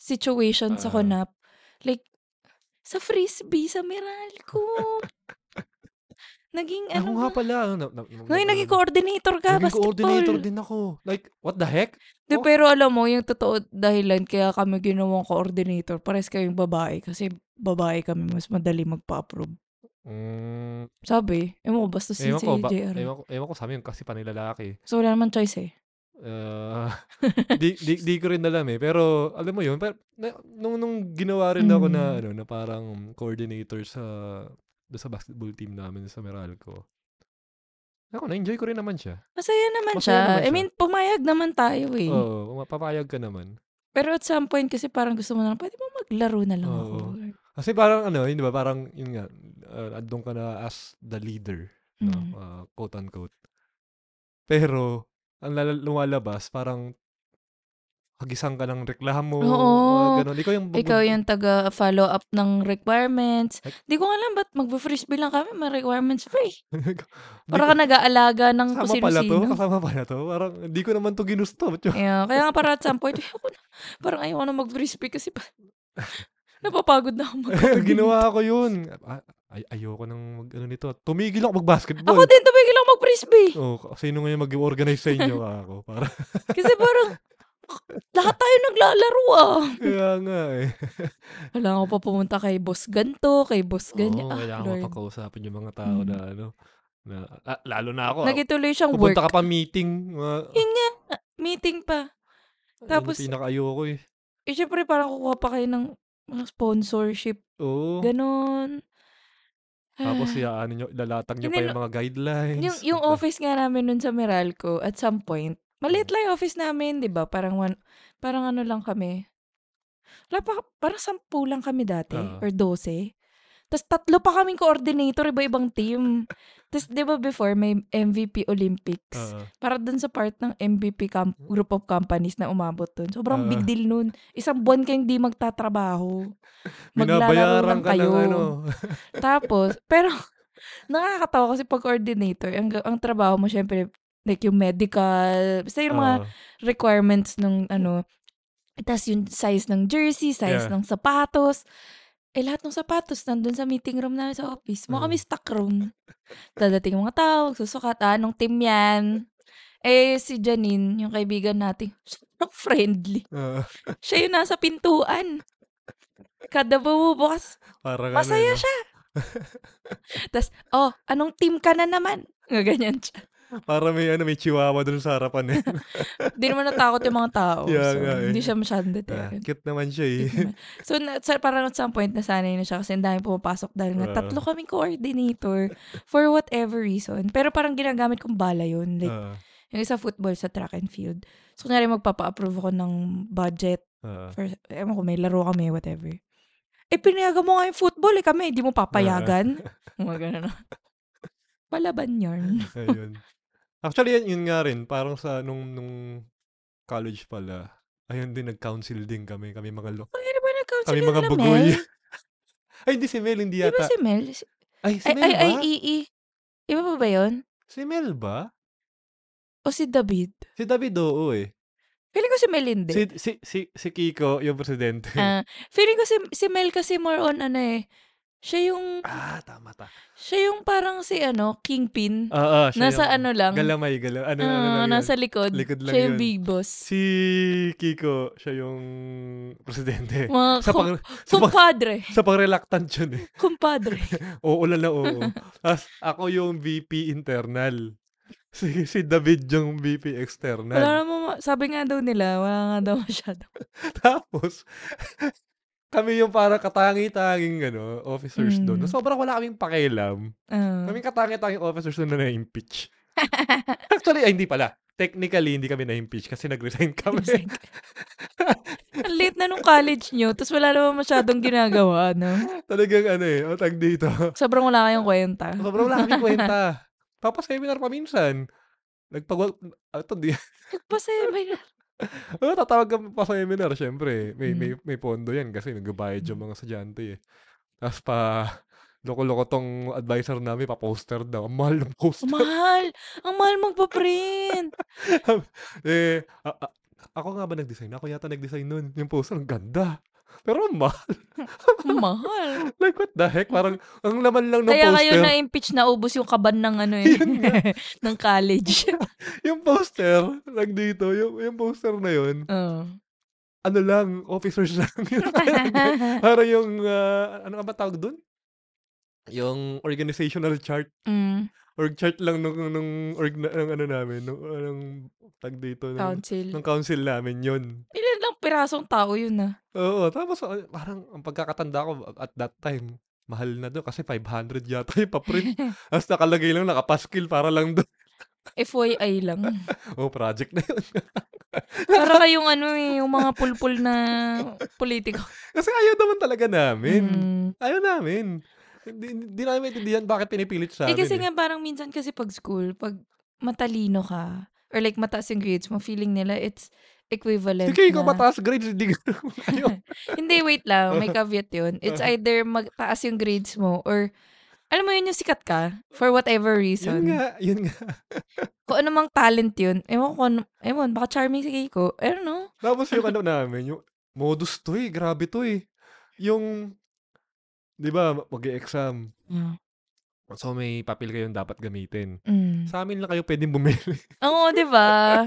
situations ako
Ah.
na, like, sa frisbee, sa Meralco. naging,
Ako
ano
nga
nga,
pala. ano, na- na- na-
ngayon naging
na-
coordinator ka,
naging
basketball.
coordinator din ako. Like, what the heck?
De,
Oh.
pero alam mo, yung totoo dahilan kaya kami ginawang coordinator, pares kayong babae kasi babae kami mas madali magpa-approve.
Mm,
Sabi, ewan ko, basta si
ewan ko, ba,
JR.
ewan, ko, ewan ko sa amin kasi panay lalaki.
So wala naman choice eh.
Ah, di, di, di ko rin alam eh. Pero, alam mo yun, pero, na- nung, nung ginawa rin ako na,
Mm.
ano, na parang coordinator sa, doon sa basketball team namin sa Meralco. Ako, na-enjoy ko rin naman siya.
Masaya naman
Masaya
siya.
naman
I mean, pumayag naman tayo eh.
Oo, oh, papayag ka naman.
Pero at some point kasi parang gusto mo na lang, pwede ba maglaro na lang
Oo.
ako?
Kasi parang ano, yun, di ba, parang, yun nga, uh, andun ka na as the leader, no?
Mm.
Ah, quote-unquote. Pero, ang lala- lumalabas, parang, hagisang ka ng reklamo,
Oo.
mga ganun. Ikaw yung,
Ikaw yung taga-follow up ng requirements.
Ay.
Di ko alam ba't mag-frisbee lang kami, may requirements free.
Di
Para ka nag-aalaga ng
Kasama
kung
pala to?
sino-sino.
Kasama pala to? Parang hindi ko naman to ginusto. Ba't yun?
Yeah, kaya nga para at some point, ayoko na, parang ayoko na mag-frisbee kasi pa, napapagod na ako mag
Ginawa ko yun. Ah, Ay, ayoko nang mag, ano nito. Tumigil ako mag-basketball.
Ako din, tumigil ako mag-frisbee.
Oh, sino ngayon mag-organize sa inyo ka ako? Para,
Kasi parang, lahat tayo naglalaro ah.
kaya nga eh.
Wala ko pa pumunta kay boss ganto, kay boss ganyan.
Oo,
Hmm. ah,
kailangan
Lord.
mapakausapin yung mga tao na ano. Na, ah, lalo na ako. Nagit-
Nagituloy siyang work.
Pupunta ka pa meeting. mga-
Yun nga, ah, meeting pa.
Ayun
tapos-
yung pinaka-ayoko eh.
Eh, syempre parang kukuha pa kayo ng mga sponsorship.
Oo.
Ganon.
Oh. Tapos
Ah.
siyaan nyo, lalatag nyo
Yun
pa
na-
yung mga guidelines.
Yung, yung
What the-
office nga namin nun sa Meralco, at some point, maliit lang yung office namin, di ba? Parang, one, parang ano lang kami. Wala pa, parang sampu lang kami dati,
Ah.
or dose. Tapos tatlo pa kaming coordinator, iba-ibang team. Tapos di ba before may MVP Olympics?
Oo.
para dun sa part ng MVP com- group of companies na umabot dun. Sobrang
Ah.
big deal nun. Isang buwan kayong di magtatrabaho. Maglalaro
Binabayaran
lang
ka ng
kayo.
ano.
Tapos, pero nakakatawa kasi pag coordinator, ang, ang trabaho mo syempre like yung medical, basta yung
Oo.
mga requirements ng ano, tas yung size ng jersey, size
Yeah.
ng sapatos. Eh, lahat ng sapatos nandun sa meeting room namin sa office. Mga
Oo.
kami stock room. Dadating yung mga tao, magsusukat, ah, anong team yan? Eh, si Janine, yung kaibigan natin, sobrang friendly.
Oo.
Siya yung nasa pintuan. Kada bumubukas,
parang
masaya
ano, no?
siya. Tapos, oh, anong team ka na naman? Nga ganyan siya.
Parang may, ano, may chihuahua dun sa harapan eh.
Hindi naman natakot yung mga tao.
Yeah,
so,
nga eh.
hindi siya masyadong
Ah,
deterrent.
cute naman siya eh.
So, na, sa, parang at some point, nasanay na siya kasi ang dami pumapasok dahil nga
Ah.
tatlo kaming coordinator for whatever reason. Pero parang ginagamit kong bala yun. Like,
Oo.
yung isa football sa track and field. So, kunyari magpapa-approve ako ng budget
Oo.
for, ewan ko, may laro kami, whatever. Eh, pinayagan mo nga yung football eh kami, hindi mo
Ah.
papayagan. Mga ganun. Palaban yarn.
Ayun. Actually, yun, yun nga rin. Parang sa nung, nung college pala, ayun din, nag-council din kami. Kami mga, lo-
Ang hirap ba nag-counsel
kami
yun
mga
na
bugoy.
Oh, Mel?
ay, hindi si Mel, hindi
Di ba
yata.
si Mel?
ay, si
Ay,
Mel
ay,
ba?
ay, i- i- Iba pa ba yun?
si Mel ba?
O si David?
Si David, oo eh.
Feeling ko si Mel hindi.
Si, si, si, si Kiko, yung presidente.
Ah, feeling ko si, si Mel kasi more on ano eh. Siya yung,
ah, tama ta.
siya yung parang si ano, kingpin.
Ah, ah, siya
nasa
yung-
ano lang.
Galamay, galamay. Ano,
Ah,
ano lang yun.
nasa likod.
Likod lang
siya yung
yun.
big boss.
Si Kiko, siya yung presidente.
Mga
sa
kum-
pang, sa pang,
kumpadre.
sa pang-reluctant yun eh.
Kumpadre.
Oo lang na oo. Tapos ako yung VP internal. Si, si David yung VP
Wala
external.
na mo- sabi nga daw nila, wala nga daw masyado.
Tapos, kami yung para katangi-tanging ano, officers doon.
Mm.
Sobrang wala kaming pakialam.
Ah.
Kaming katangi-tanging officers doon na na-impeach. Actually, ay, hindi pala. Technically, hindi kami na-impeach kasi nag-resign kami.
Ang late na nung college nyo, tapos wala naman masyadong ginagawa, no?
Talagang ano eh, o tag dito.
Sobrang wala kayong kwenta.
Sobrang wala kaming kwenta. Tapos seminar pa minsan. Nagpag... Ito, di,
Pasaya,
Oh, tatawag kami pa sa seminar, syempre. May,
Mm.
may, may pondo yan kasi nagbabayad yung
Hmm.
mga sadyante eh. Tapos pa, loko-loko tong advisor namin, pa-poster daw. Ang mahal ng poster.
mahal. Ang mahal magpa-print.
eh, a- a- ako nga ba nag-design? Ako yata nag-design nun. Yung poster, ang ganda. Pero ang mahal.
Ang mahal.
Like, what the heck? Parang, ang laman lang ng
Kaya kayo
poster.
na-impeach na ubos yung kaban ng ano eh.
Yun nga.
ng college.
Yung poster, like dito, yung, yung poster na yun,
Oo.
ano lang, officers lang. yun. Para yung, ah, ano nga ba tawag dun? Yung organizational chart
mm,
org chart lang nung nung org na, ng ano namin nung anong tag dito ng,
council.
ng council namin yun.
Ilan lang pirasong tao yun ah.
Oo, tapos ah, parang ang pagkakatanda ko at that time mahal na do kasi 500 yata yung paprint. As nakalagay lang nakapaskil para lang do.
FYI lang.
Oh, project na yun.
Para kayong ano eh, yung mga pulpul na politiko.
kasi ayaw naman talaga namin.
Mm.
Ayaw namin. Hindi, hindi namin maintindihan bakit pinipilit sa
Eh
amin.
kasi
eh.
nga parang minsan kasi pag school, pag matalino ka, or like mataas yung grades mo, feeling nila it's equivalent
Sige, ikaw
na-
mataas grades, hindi ganun kayo.
Hindi, wait lang. May caveat yun. It's
Uh-huh.
either magtaas yung grades mo or alam mo yun yung sikat ka for
yun
whatever reason.
nga, yun nga.
Kung ano mang talent yun, ewan ko, ano- ewan, baka charming si Keiko. I don't know.
Tapos yung ano namin, yung modus to eh, grabe to eh. Yung, di ba, mag exam So may papel kayong dapat gamitin.
Mm.
Sa amin lang kayo pwedeng bumili.
Oo, di ba?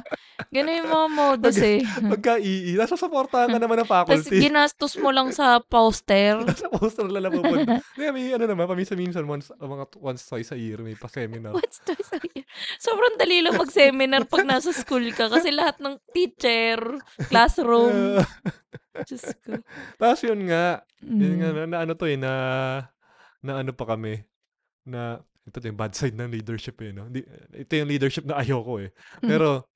Ganun yung mga modus eh.
Pagka ii, nasa supportahan ka naman ng
Tapos
faculty.
ginastos mo lang sa poster.
Nasa poster lang na pupunta. Hindi, may ano naman, paminsan-minsan, once, mga t- once, twice a year, may pa-seminar.
What's twice a year? Sobrang dali lang mag-seminar pag nasa school ka kasi lahat ng teacher, classroom.
Uh,
Diyos ko.
tapos yun nga, yun
Mm.
nga, na, na ano to eh, na, na ano pa kami, na, ito yung bad side ng leadership eh, no? Di- Ito yung leadership na ayoko eh.
Hmm.
Pero,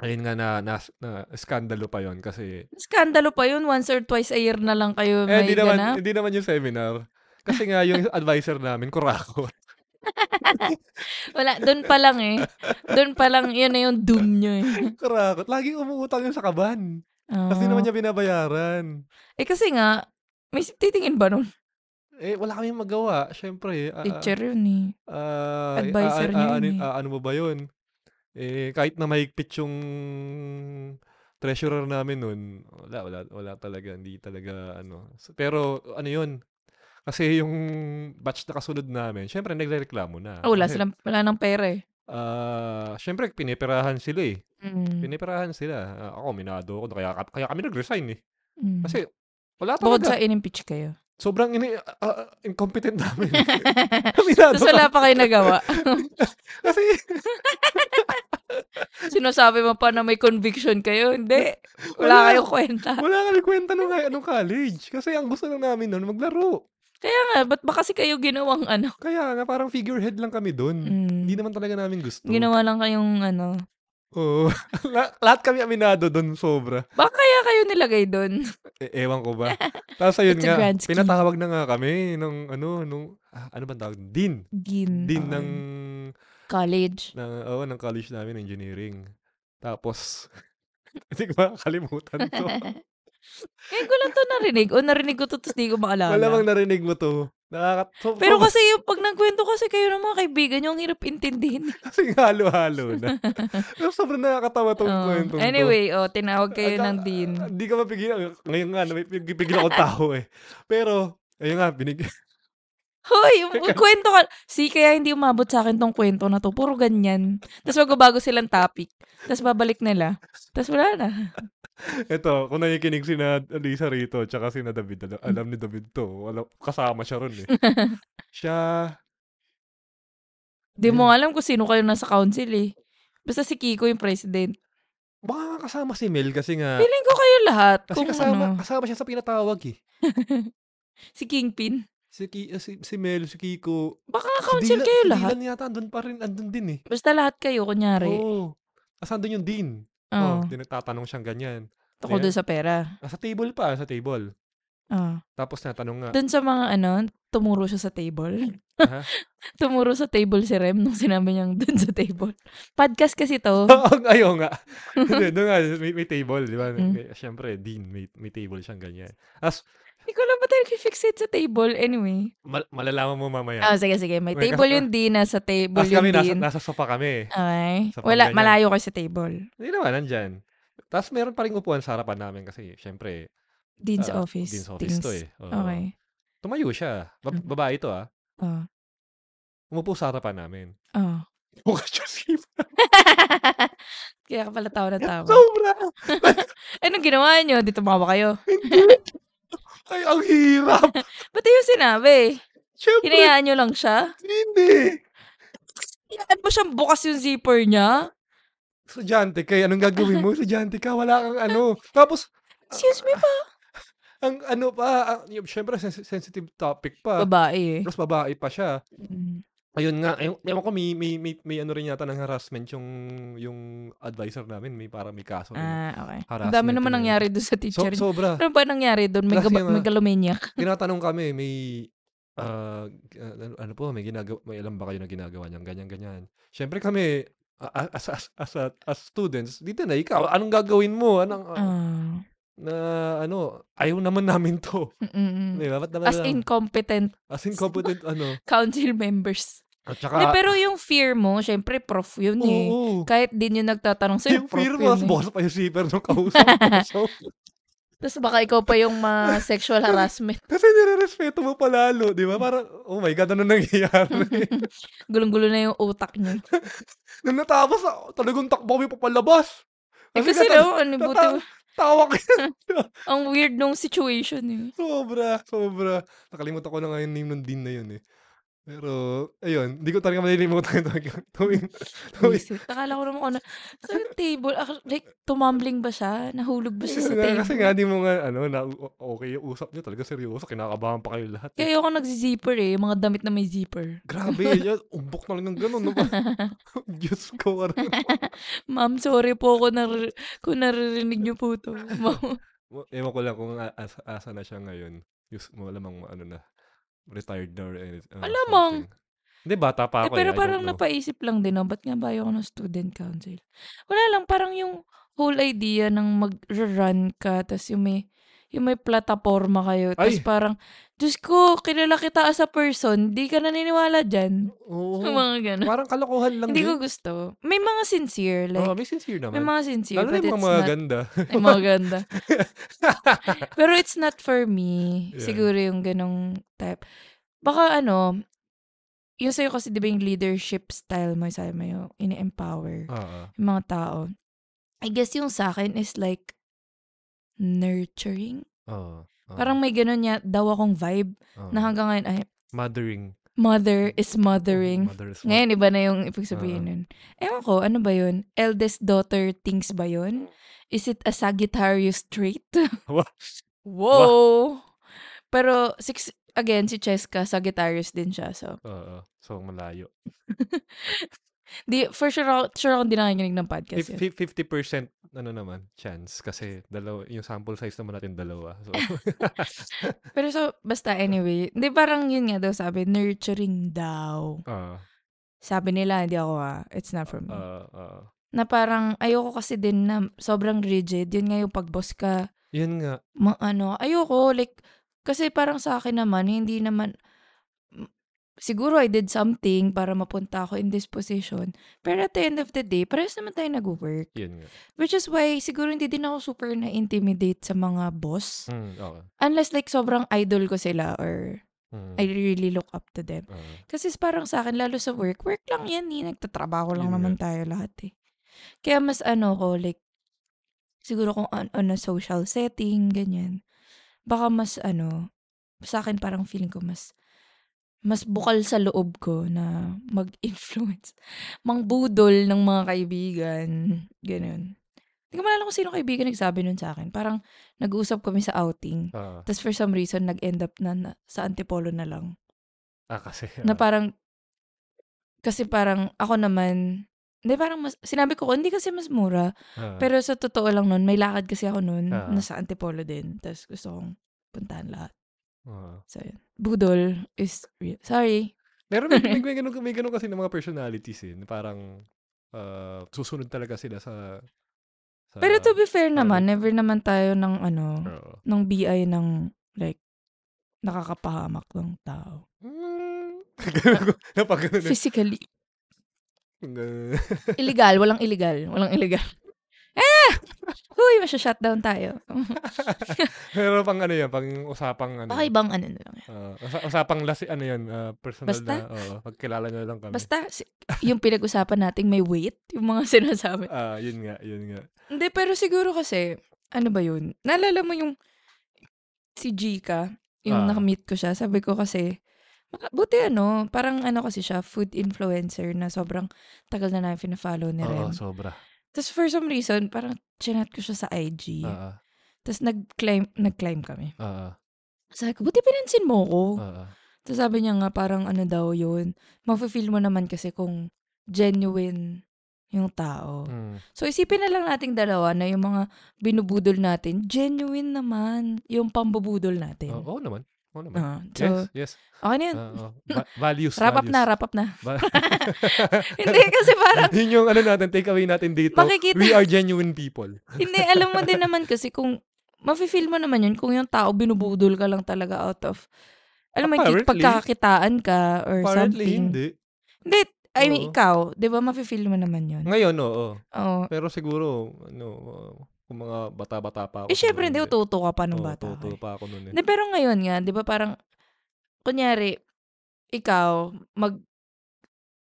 ayun nga na, na, na skandalo pa yon kasi
Skandalo pa yun. Once or twice a year na lang kayo
eh
may
hindi naman
ganap.
hindi naman yung seminar Kasi nga yung advisor namin, kurakot.
Wala, doon pa lang eh. Doon pa lang, yun na yung doom nyo eh.
kurakot. Laging umuutang yun sa kaban.
Oo.
Kasi naman niya binabayaran.
Ah. Eh kasi nga, may titingin ba nun?
Eh, wala kaming magawa. Siyempre, eh, ah,
Teacher yun eh.
ah, ah,
Advisor niya
ah,
yun
anin-
eh.
ah, ano mo ba yun? Eh, kahit na mahigpit yung treasurer namin nun, wala, wala, wala talaga. Hindi talaga, ano. So, pero, ano yun? Kasi yung batch na kasunod namin, syempre, nagreklamo na.
Ah, wala,
Kasi,
silang, wala nang pera eh.
ah, syempre, pinipirahan sila eh.
Mm.
Pinipirahan sila. Ah, ako, minado ako. Kaya, kaya kami nag-resign eh.
Mm.
Kasi, wala
Bukod
talaga.
sa in-impeach kayo.
Sobrang ini, ah, ah, incompetent namin.
Tapos
minado
wala pa kayo nagawa.
Kasi,
Sinasabi mo pa na may conviction kayo. Hindi.
Wala.
Wala kayong kwenta.
wala kami kwenta nung, hi- nung college. Kasi ang gusto lang namin noon, maglaro.
Kaya nga, ba't ba kasi kayo ginawang ano?
Kaya nga, parang figurehead lang kami doon. Hindi
Mm.
naman talaga namin gusto.
Ginawa lang kayong ano.
Oo. La- lahat kami aminado doon sobra.
Baka kaya kayo nilagay doon.
E- ewan ko ba. Tapos ayun
It's a
nga,
grand scheme.
pinatawag na nga kami ng ano, nung, ah, ano bang tawag? Dean.
Gin.
Dean
Oo.
ng,
college.
ng, oo, ng college namin, engineering. Tapos, hindi ko makakalimutan to.
Ngayon ko lang to narinig. O narinig ko to, tapos di ko maalala.
Malamang narinig mo to. Nakaka- so-
Pero kasi yung pag nagkwento kasi kayo ng mga kaibigan nyo, ang hirap intindihin.
Kasi halo-halo na. Pero sobrang nakakatawa tong
Oo.
kwentong to.
anyway, oh, tinawag kayo
At,
ng
ah,
dean.
Hindi ka mapigilan. Ngayon nga, napipigil ako tao eh. Pero, ayun nga, binig...
Hoy, yung- yung kwento ka. Si, kaya hindi umabot sa akin tong kwento na to. Puro ganyan. Tapos magbabago silang topic. Tapos babalik nila. Tapos wala na.
Ito, kung nakikinig si na Lisa rito, tsaka si na David, alam, alam ni David to. Alam, kasama siya ron eh. siya,
Di mo alam kung sino kayo nasa council eh. Basta si Kiko yung president.
baka nga kasama si Mel kasi nga...
Feeling ko kayo lahat.
Kasi
kung
kasama,
ano,
kasama siya sa pinatawag eh.
si Kingpin.
Si, Ki- eh, si, si Mel, si Kiko,
Baka nga
si
council
Dylan,
kayo
si
lahat.
Dylan yata, andun pa rin, andun din eh.
Basta lahat kayo, kunyari.
Oo. Tapos andun yung Dean.
Oh,
Oh, tinatatanong siyang ganyan.
Tungkol doon sa pera.
Ah, sa table pa, sa table.
Oh.
Tapos natanong nga,
Doon sa mga ano, tumuro siya sa table.
Aha.
tumuro sa table si Rem nung sinabi niyang doon sa table. Podcast kasi to.
Ayaw nga. Hindi, doon nga, may, may table, di ba?
Mm.
May- Siyempre, Dean, may, may table siyang ganyan. As,
Hindi ko alam ba tayo fixate sa table. Anyway.
mal- malalaman mo mamaya.
ah sige, sige. May
May
table
kasama-
yung Dina sa table
Tapos
yung
kami, nasa,
Dean.
nasa sopa kami.
Okay.
Sa
Wala,
pangganyan.
malayo kayo sa table.
Hindi naman, nandyan. Tapos meron pa rin upuan sa harapan namin kasi, siyempre,
Dean's
ah,
office.
Dean's office to eh.
Dean's-
Oo.
Okay.
Tumayo siya. Ba-
Mm.
babae to ah.
Oh.
Umupo sa harapan namin.
Oh.
Bukas siya sipa.
Kaya ka pala tao na tao.
Sobra!
Anong ginawa nyo? Dito mawa kayo.
Ay, ang hirap!
Ba't yung sinabi?
Siyempre,
Hinayaan nyo lang siya?
hindi!
Hinayaan mo siyang bukas yung zipper niya?
Estudyante kay anong gagawin mo? Estudyante ka, wala kang ano. Tapos,
Excuse me pa.
ang ano pa, ang, yun, syempre, sens- sensitive topic pa.
Babae eh.
Tapos babae pa siya.
Mm.
Ayun nga, ayun, ewan ko, may, may, may, may ano rin yata ng harassment yung, yung advisor namin. May parang may kaso. rin.
Ah, okay. Ang
Harassment
dami naman
yun.
nangyari doon sa teacher.
So, sobra.
ano ba nangyari doon? May,
Kasi
gaba-
nga-
may kalomeniac.
Tinatanong kami, may, ah, ano, ano po, may ginagawa, may alam ba kayo na ginagawa niyan, ganyan, ganyan. Syempre kami, a- a- as, as, as, a- as students, dito na, ikaw, anong gagawin mo? Anong, ah,
Ah.
na, ano, ayaw naman namin to.
Mm-mm.
Di ba? Ba't naman
As
lang-
incompetent
as incompetent, ano.
council members.
At
Hindi,
saka,
pero yung fear mo, syempre prof yun
Ah. oo,
eh. Kahit din yung nagtatanong sa'yo,
yung
prof
fear
yun
mo, as
eh.
boss pa yung zipper nung kausap mo. So,
Tapos baka ikaw pa yung ma-sexual harassment.
kasi nire-respeto mo palalo, di ba? Parang, oh my God, ano nangyayari?
Gulong-gulo na yung utak niya.
Nung natapos, ah, talagang takbo kami papalabas.
Eh, kasi
nata-
no, ano,
nata-
buti,
Tawa ka
ang weird nung situation eh.
sobra, sobra. Nakalimutan ko na nga yung name ng dean na yun eh. Pero, ayun, hindi ko talaga malilimutan ito. Tuwing, tuwing,
Isip. Akala ko naman ano. So yung table, ak- like, tumbling ba siya? Nahulog ba siya
Kasi
sa
nga-
table?
kasi nga, di mo nga, ano, na, o- okay yung usap niyo talaga seryoso. Kinakabahan pa kayo lahat. eh.
Kaya ako nagzi-zipper eh. Mga damit na may zipper.
Grabe, yun, umbok na lang ng ganun. No? Diyos ko, parang,
Ma'am, sorry po kung, nar- kung naririnig niyo po to. Ma'am.
ewan ko lang kung a- as- asa na siya ngayon. Diyos mo, malamang ano na. retired na or anything. Uh,
Alamang.
something. Hindi, bata pa
Eh,
ako.
pero
eh. I
parang
don't know.
napaisip lang din, oh, ba't nga ba ayaw ko ng student council? Wala lang, parang yung whole idea ng mag-run ka, tas yung may, yung may plataforma kayo. Tapos
Ay!
parang, Diyos ko, kilala kita as a person, di ka naniniwala dyan.
Oo.
Yung mga ganun.
Parang kalokohan lang
Hindi
din.
ko gusto. May mga sincere, like,
Oo, may sincere naman.
may mga sincere,
Lalo na
but
yung
it's
mga
not,
maganda.
ay, mga ganda. Pero it's not for me.
Yeah.
Siguro yung ganong type. Baka ano, yun sa'yo kasi di ba yung leadership style mo, sabi mo yung ini-empower
Oo.
yung mga tao. I guess yung sa akin is like nurturing.
Oo. oo,
Parang may ganon niya, daw akong vibe
oo.
na hanggang ngayon, ay,
Mothering. Mm,
mother is mothering.
Mother's
Ngayon, iba na yung ibig sabihin
Oo.
nun. Ewan ko, ano ba yun? Eldest daughter things ba yun? Is it a Sagittarius trait?
Wah.
Whoa! Pero, six, again, si Cheska, Sagittarius din siya. So,
Oo. So, malayo.
di, for sure, ako- sure akong di nakikinig ng podcast yun.
Fif- fif- 50% ano naman, chance. Kasi dalawa, yung sample size naman natin dalawa. So,
Pero so, basta anyway. Di parang yun nga daw sabi, nurturing daw.
ah,
Sabi nila, hindi ako ah, it's not for me.
ah, ah.
na parang, ayoko kasi din na sobrang rigid. Yun nga yung pag-boss ka,
Yun nga.
ma- ano, ayoko, like, kasi parang sa akin naman, hindi naman, m- siguro I did something para mapunta ako in this position. Pero at the end of the day, parehas naman tayo nag-work.
Yun nga.
Which is why, siguro hindi din ako super na-intimidate sa mga boss.
Mm, okay.
Unless like, sobrang idol ko sila or
Mm,
I really look up to them.
ah.
Kasi parang sa akin, lalo sa work, work lang yan eh. Nagtatrabaho
Yun
lang naman tayo lahat eh. Kaya mas ano ko, like, siguro kung on, on a social setting, ganyan. Baka mas ano, sa akin parang feeling ko mas, mas bukal sa loob ko na mag-influence. Mangbudol ng mga kaibigan, ganun. Hindi ko malala kung sino kaibigan nagsabi nun sa akin. Parang nag-uusap kami sa outing.
ah,
Tapos for some reason, nag-end up na, na sa Antipolo na lang
ah, kasi.
na
ah,
parang kasi parang ako naman hindi parang mas, sinabi ko hindi kasi mas mura
ah,
pero sa totoo lang nun may lakad kasi ako nun
Ah.
nasa Antipolo din tapos gusto kong puntahan lahat
ah.
so yun budol is real sorry
Pero may, may, may, ganun, may ganun kasi ng mga personalities eh. na Parang ah, susunod talaga sila sa... sa
pero to be fair
parang-
naman never naman tayo ng ano
Oo.
ng BI ng like nakakapahamak ng tao
Mm.
Ah,
Ganun ko. Napagano na.
physically
Ganun.
illegal walang illegal walang illegal eh huy masya-shutdown tayo
Pero pang ano yan, pang usapang ano.
baka ibang ano na lang
ah, usa- usapang lasi, ano yan, ah, personal
Basta?
na. oo, pagkilala nyo lang kami.
Basta, si- yung pinag-usapan nating may weight, yung mga sinasabi.
Ah, yun nga, yun nga.
Hindi, pero siguro kasi, ano ba yun? Naalala mo yung si Gika,
Ah.
yung nakamit ko siya, sabi ko kasi, "Maka- buti ano, parang ano kasi siya, food influencer na sobrang tagal na namin fina-follow ni
Oo,
Rem.
sobra.
Tapos for some reason, parang chinat ko siya sa IG.
Oo,
Tapos nag-climb, nag-climb kami.
oo,
Sabi ko, buti pinansin mo ko.
oo.
Tapos sabi niya nga, parang ano daw yun, mafe-feel mo naman kasi kung genuine yung tao.
Mm,
So isipin na lang nating dalawa na yung mga binubudol natin, genuine naman yung pambubudol natin.
Oo oo naman. Oo naman.
Ah, so,
Yes, yes.
okay na yun.
Ah, oo. Va- values,
wrap up
values.
na, wrap up na.
Ba-
hindi, kasi parang,
yun yung ano natin, take away natin dito.
Makikita-
We are genuine people.
hindi, alam mo din naman kasi kung, mafe-feel mo naman yun kung yung tao binubudol ka lang talaga out of, alam mo,
Apparently.
yung pagkakakitaan ka or
Apparently,
something.
hindi.
Hindi, I mean,
Oo.
ikaw, di ba, mafe-feel mo naman yun.
Ngayon, oo.
Oo,
Pero siguro, ano, uh, kung mga bata-bata pa ako.
Eh, syempre, hindi,
siguro
ututo ka pa nung
Oo,
bata
tuto
ka. eh.
pa ako nun eh.
Hindi, pero ngayon nga, di ba parang, kunyari, ikaw, mag,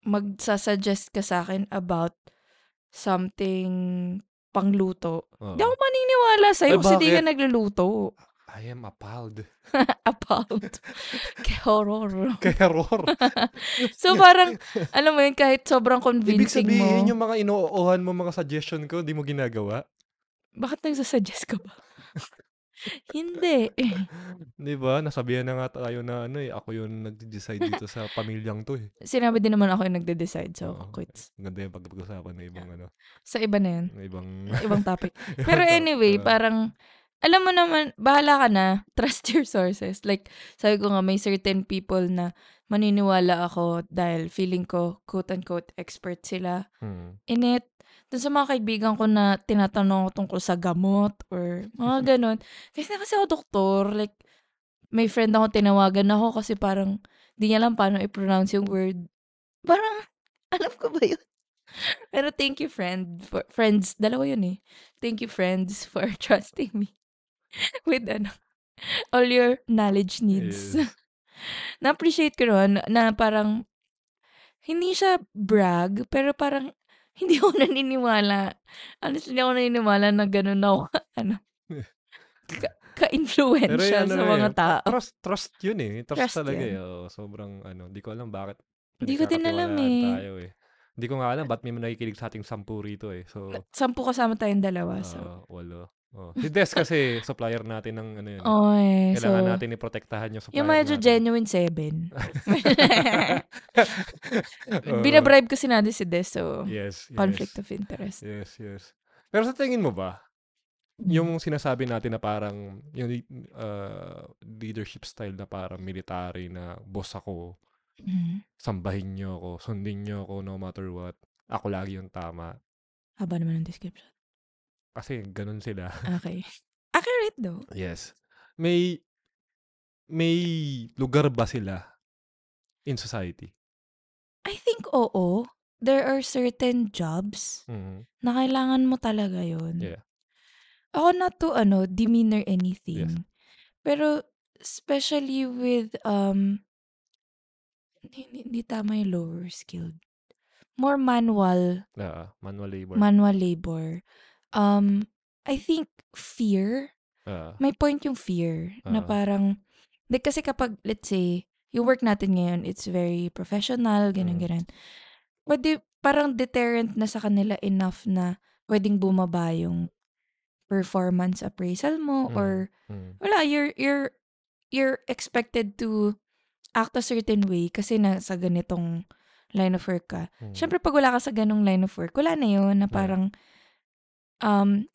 magsasuggest ka sa akin about something pangluto.
Oo.
Hindi ako maniniwala
Ay,
sa'yo kasi di ka
bakit?
nagluluto.
I am appalled.
About. Kaya horror.
Kay horror.
So parang, alam mo yun, kahit sobrang
Ibig
convincing
sabihin,
mo,
yung mga inoohan mo, mga suggestion ko, di mo ginagawa.
bakit nagsasuggest ka ba? Hindi. Eh,
Di ba? Nasabihan na nga tayo na ano eh, ako yung nag-decide dito sa pamilyang to eh.
Sinabi din naman ako yung nagde-decide, so
Oo.
quits.
Ang Ganda yung pag-usapan ng ibang ano,
Sa iba na yun.
ng ibang...
ibang topic. Pero anyway,
Ah,
parang alam mo naman, bahala ka na. Trust your sources. Like, sabi ko nga, may certain people na maniniwala ako dahil feeling ko, quote-unquote, expert sila
Mm.
in it. Doon sa mga kaibigan ko na tinatanong ako tungkol sa gamot or mga ganun. Kasi na kasi ako doktor, like, may friend ako tinawagan ako kasi parang di niya alam paano i-pronounce yung word. Parang, alam ko ba yun? Pero thank you, friend. For, friends, dalawa yun eh. Thank you, friends, for trusting me with ano, all your knowledge needs.
Yes.
Na-appreciate ko ron na parang hindi siya brag, pero parang hindi ako naniniwala. Honestly, hindi ako naniniwala na ganun ako, ano, ka- ka-influential
Pero yan,
sa
ano
mga
eh,
tao.
Trust, trust yun eh. Trust,
Trust
talaga eh.
yun.
Oo, sobrang ano, di ko alam bakit.
Di ko din alam
pinagkakatiwalaan
eh.
Tayo eh. Di ko nga alam ba't may nakikilig sa ating sampu rito eh. So,
Sampu kasama tayong dalawa. So.
ah, walo. Oh. Si Des kasi supplier natin ng ano yun. eh.
Oh, eh. So,
Kailangan natin iprotektahan yung supplier
yung medyo
natin.
genuine seven.
Oo.
Binabribe kasi natin si Des, so
Yes, yes.
conflict of interest.
Yes, yes. Pero sa tingin mo ba,
Mm.
yung sinasabi natin na parang yung uh, leadership style na parang military na boss ako,
Mm.
sambahin niyo ako, sundin niyo ako no matter what. Ako lagi yung tama.
Haba naman ang description.
Kasi ganun sila.
Okay. Accurate though.
Yes. May may lugar ba sila in society?
I think oo. There are certain jobs
Mhm.
na kailangan mo talaga yon.
Yeah.
Ako not to ano, demeanor
Yes.
anything. Pero especially with um hindi, hindi tama yung lower skilled. More manual
Ah, manual labor.
manual labor. Um, I think fear.
Ah,
May point yung fear na
Ah.
parang, like, kasi kapag, let's say, yung work natin ngayon, it's very professional, ganun,
Mm.
ganun. Pwede, parang deterrent na sa kanila enough na pwedeng bumaba yung performance appraisal mo
Mm.
or
mm.
wala, you're, you're, you're expected to act a certain way kasi nasa ganitong line of work ka.
Mm.
Siyempre, pag wala ka sa ganong line of work, wala na yun na
Yeah.
parang um,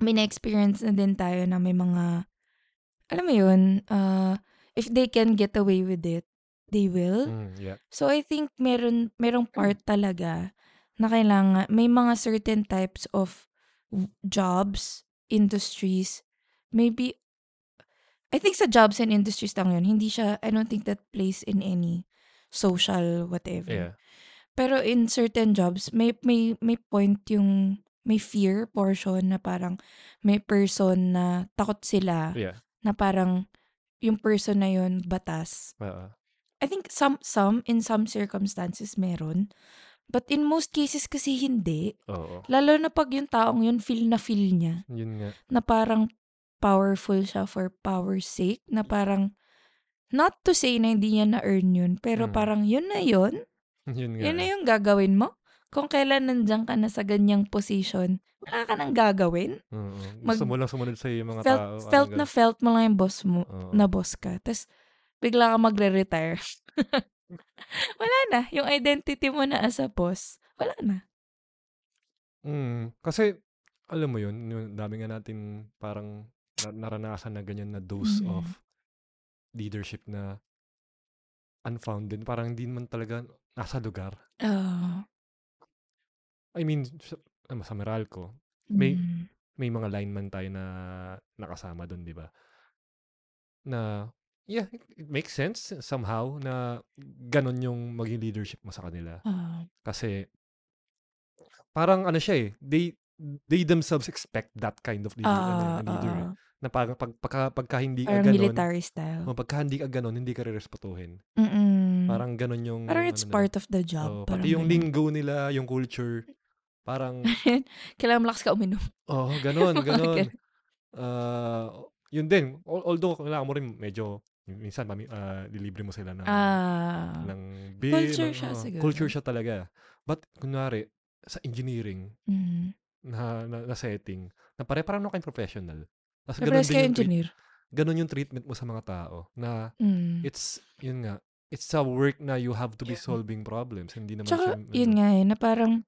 may na-experience na din tayo na may mga, alam mo yun, uh, if they can get away with it, they will.
Mm, yeah.
So, I think meron, merong part talaga na kailangan, may mga certain types of w- jobs, industries, maybe, I think sa jobs and industries lang yun, hindi siya, I don't think that plays in any social whatever.
Yeah.
Pero in certain jobs, may may may point yung may fear portion na parang may person na takot sila
Yeah.
na parang yung person na yun batas.
Ah, ah.
I think some some in some circumstances meron, but in most cases kasi hindi.
oo.
Lalo na pag yung taong yun feel na feel niya
Yun nga.
na parang powerful siya for power's sake na parang not to say na hindi niya na-earn yun,
Mm.
pero parang yun na yun.
Yun nga.
Yun na
eh.
yung gagawin mo. Kung kailan nandyan ka na sa ganyang position, wala ka nang gagawin.
Oo.
Mag-
Gusto mo lang sumunod sa yung mga
felt
tao. ano,
felt na felt mo lang yung boss mo, na
na.
boss ka. Tapos, bigla ka magre-retire. wala na. Yung identity mo na as a boss, wala na.
Mm, kasi, alam mo yun, yun, dami nga natin parang na- naranasan na ganyan na dose
Mm.
of leadership na unfounded. Parang hindi man talaga nasa lugar.
Oh.
I mean, sa, ano, sa Meralco, May-
mm.
may mga lineman tayo na nakasama doon, di ba? Na, yeah, it, it makes sense somehow na ganon yung maging leadership mo sa kanila.
Oh.
Kasi, parang ano siya eh, they, they themselves expect that kind of leader, ano, eh,
Ah,
leader eh.
ah,
Na parang pag, pagka, pagka hindi ka
parang
ganon,
military style.
o pagka hindi ka ganon, hindi ka re-respetuhin.
Mm-mm. Hmm. Parang,
Oh. Parang ganon yung... ano
it's
nila.
part of the job.
Oo,
parang
pati yung
ganun.
linggo nila, yung culture, parang,
Kailangan malakas ka uminom.
oh, ganon,
Mga
ganon.
ganun.
Ah, yun din, al- although kailangan mo rin medyo, minsan, mami, ah, lilibre mo sila ng,
Ah.
ng bill.
Culture
ng-
siya
oo,
siguro.
Culture siya talaga. But, kunwari, sa engineering,
Mm.
na, na, na setting na pare parang ano kayong professional. Tapos
Pero
ganun
parehas
din
kayo
yung, treat,
engineer.
ganun yung treatment mo sa mga tao na
Mm.
it's, yun nga, it's a work na you have to be
Yeah.
solving problems. Hindi naman
Tsaka,
siya,
yun nga eh, na parang,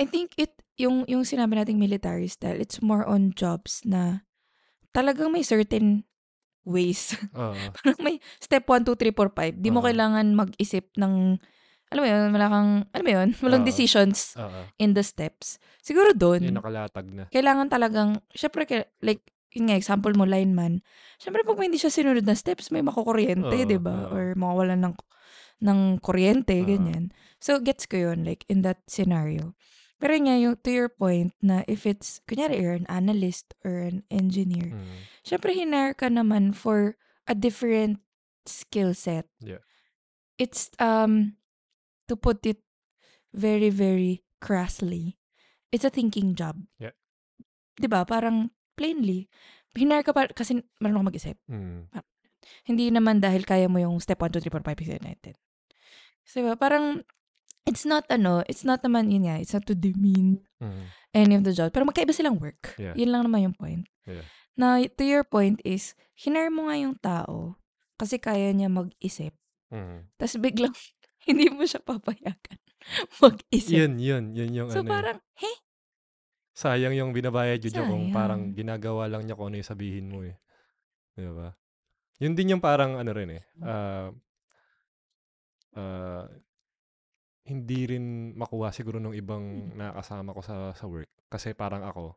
I think it, yung, yung sinabi nating military style, it's more on jobs na talagang may certain ways.
mm, Oo.
Parang may step 1, 2, 3, 4, 5. Di mo
Oo.
kailangan mag-isip ng, alam mo yun, wala kang, alam mo yun, walang
Oo.
decisions
Oo.
in the steps. Siguro doon
Yung nakalatag na.
kailangan talagang, syempre, kail- like, yun nga, example mo, lineman. Syempre, pag may hindi siya sinunod na steps, may makukuryente,
Oo,
di
oo.
ba? Or makawalan ng, ng kuryente,
Oo.
ganyan. So, gets ko yun, like, in that scenario. Pero yun nga, yung, to your point, na if it's, kunyari, you're an analyst or an engineer,
Mm.
syempre, hinire ka naman for a different skill set.
Yeah.
It's, um, to put it very, very crassly, it's a thinking job.
Yeah.
'di ba? Parang plainly, hinire ka pa, kasi marunong ka mag-isip.
Mm.
Hindi naman dahil kaya mo yung step 1, 2, 3, 4, 5, 6, 7, 8, 10. So, diba? Parang, it's not ano, it's not naman yun nga, it's not to demean
Mm.
any of the jobs. Pero magkaiba silang work.
Yeah.
Yun lang naman yung point.
Yeah.
Na, to your point is, hinire mo nga yung tao kasi kaya niya mag-isip.
Mm.
Tapos biglang, hindi mo siya papayagan mag-isip.
Yun, yun. Yun yung
so,
ano. eh.
parang, he,
Sayang yung binabayad yun kung
Sayang.
parang ginagawa lang niya kung ano yung sabihin mo eh. Di ba? Yun din yung parang ano rin eh. ah, ah, hindi rin makuha siguro ng ibang nakakasama ko sa, sa work. Kasi parang ako,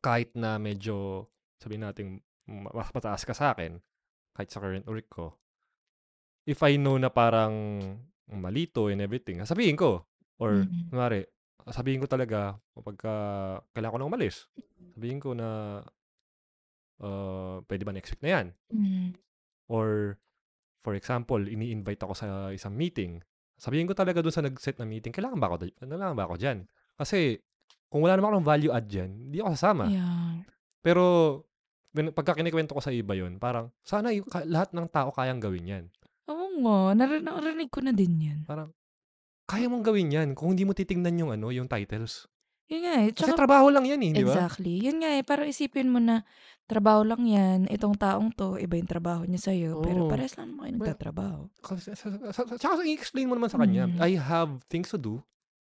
kahit na medyo, sabihin natin, ma- mas mataas ka sa akin, kahit sa current work ko, if I know na parang malito and everything, sabihin ko. Or,
Mhm.
kunwari, sabihin ko talaga, kapag ka, kailangan ko na umalis, sabihin ko na, uh, pwede ba next week na yan?
mm,
Or, for example, ini-invite ako sa isang meeting. Sabihin ko talaga doon sa nag-set na meeting, kailangan ba ako, kailangan ba ako dyan? Kasi, kung wala naman akong value add dyan, hindi ako sasama.
yeah.
Pero, when, pagka kinikwento ko sa iba yon parang, sana yung, ka- lahat ng tao kayang gawin yan.
Oo nga, narin- narinig ko na din yun.
Kaya mong gawin yan kung hindi mo titingnan yung ano, yung titles.
Yun nga eh.
Kasi
Tsaka
trabaho lang yan eh, di ba?
Exactly. Yun nga eh, parang isipin mo na trabaho lang yan, itong taong to, iba yung trabaho niya sa'yo,
Oo.
pero parehas lang naman kayo nagtatrabaho.
Kasi- sa- sa- sa- Tsaka i-explain mo naman sa kanya,
Mm.
I have things to do.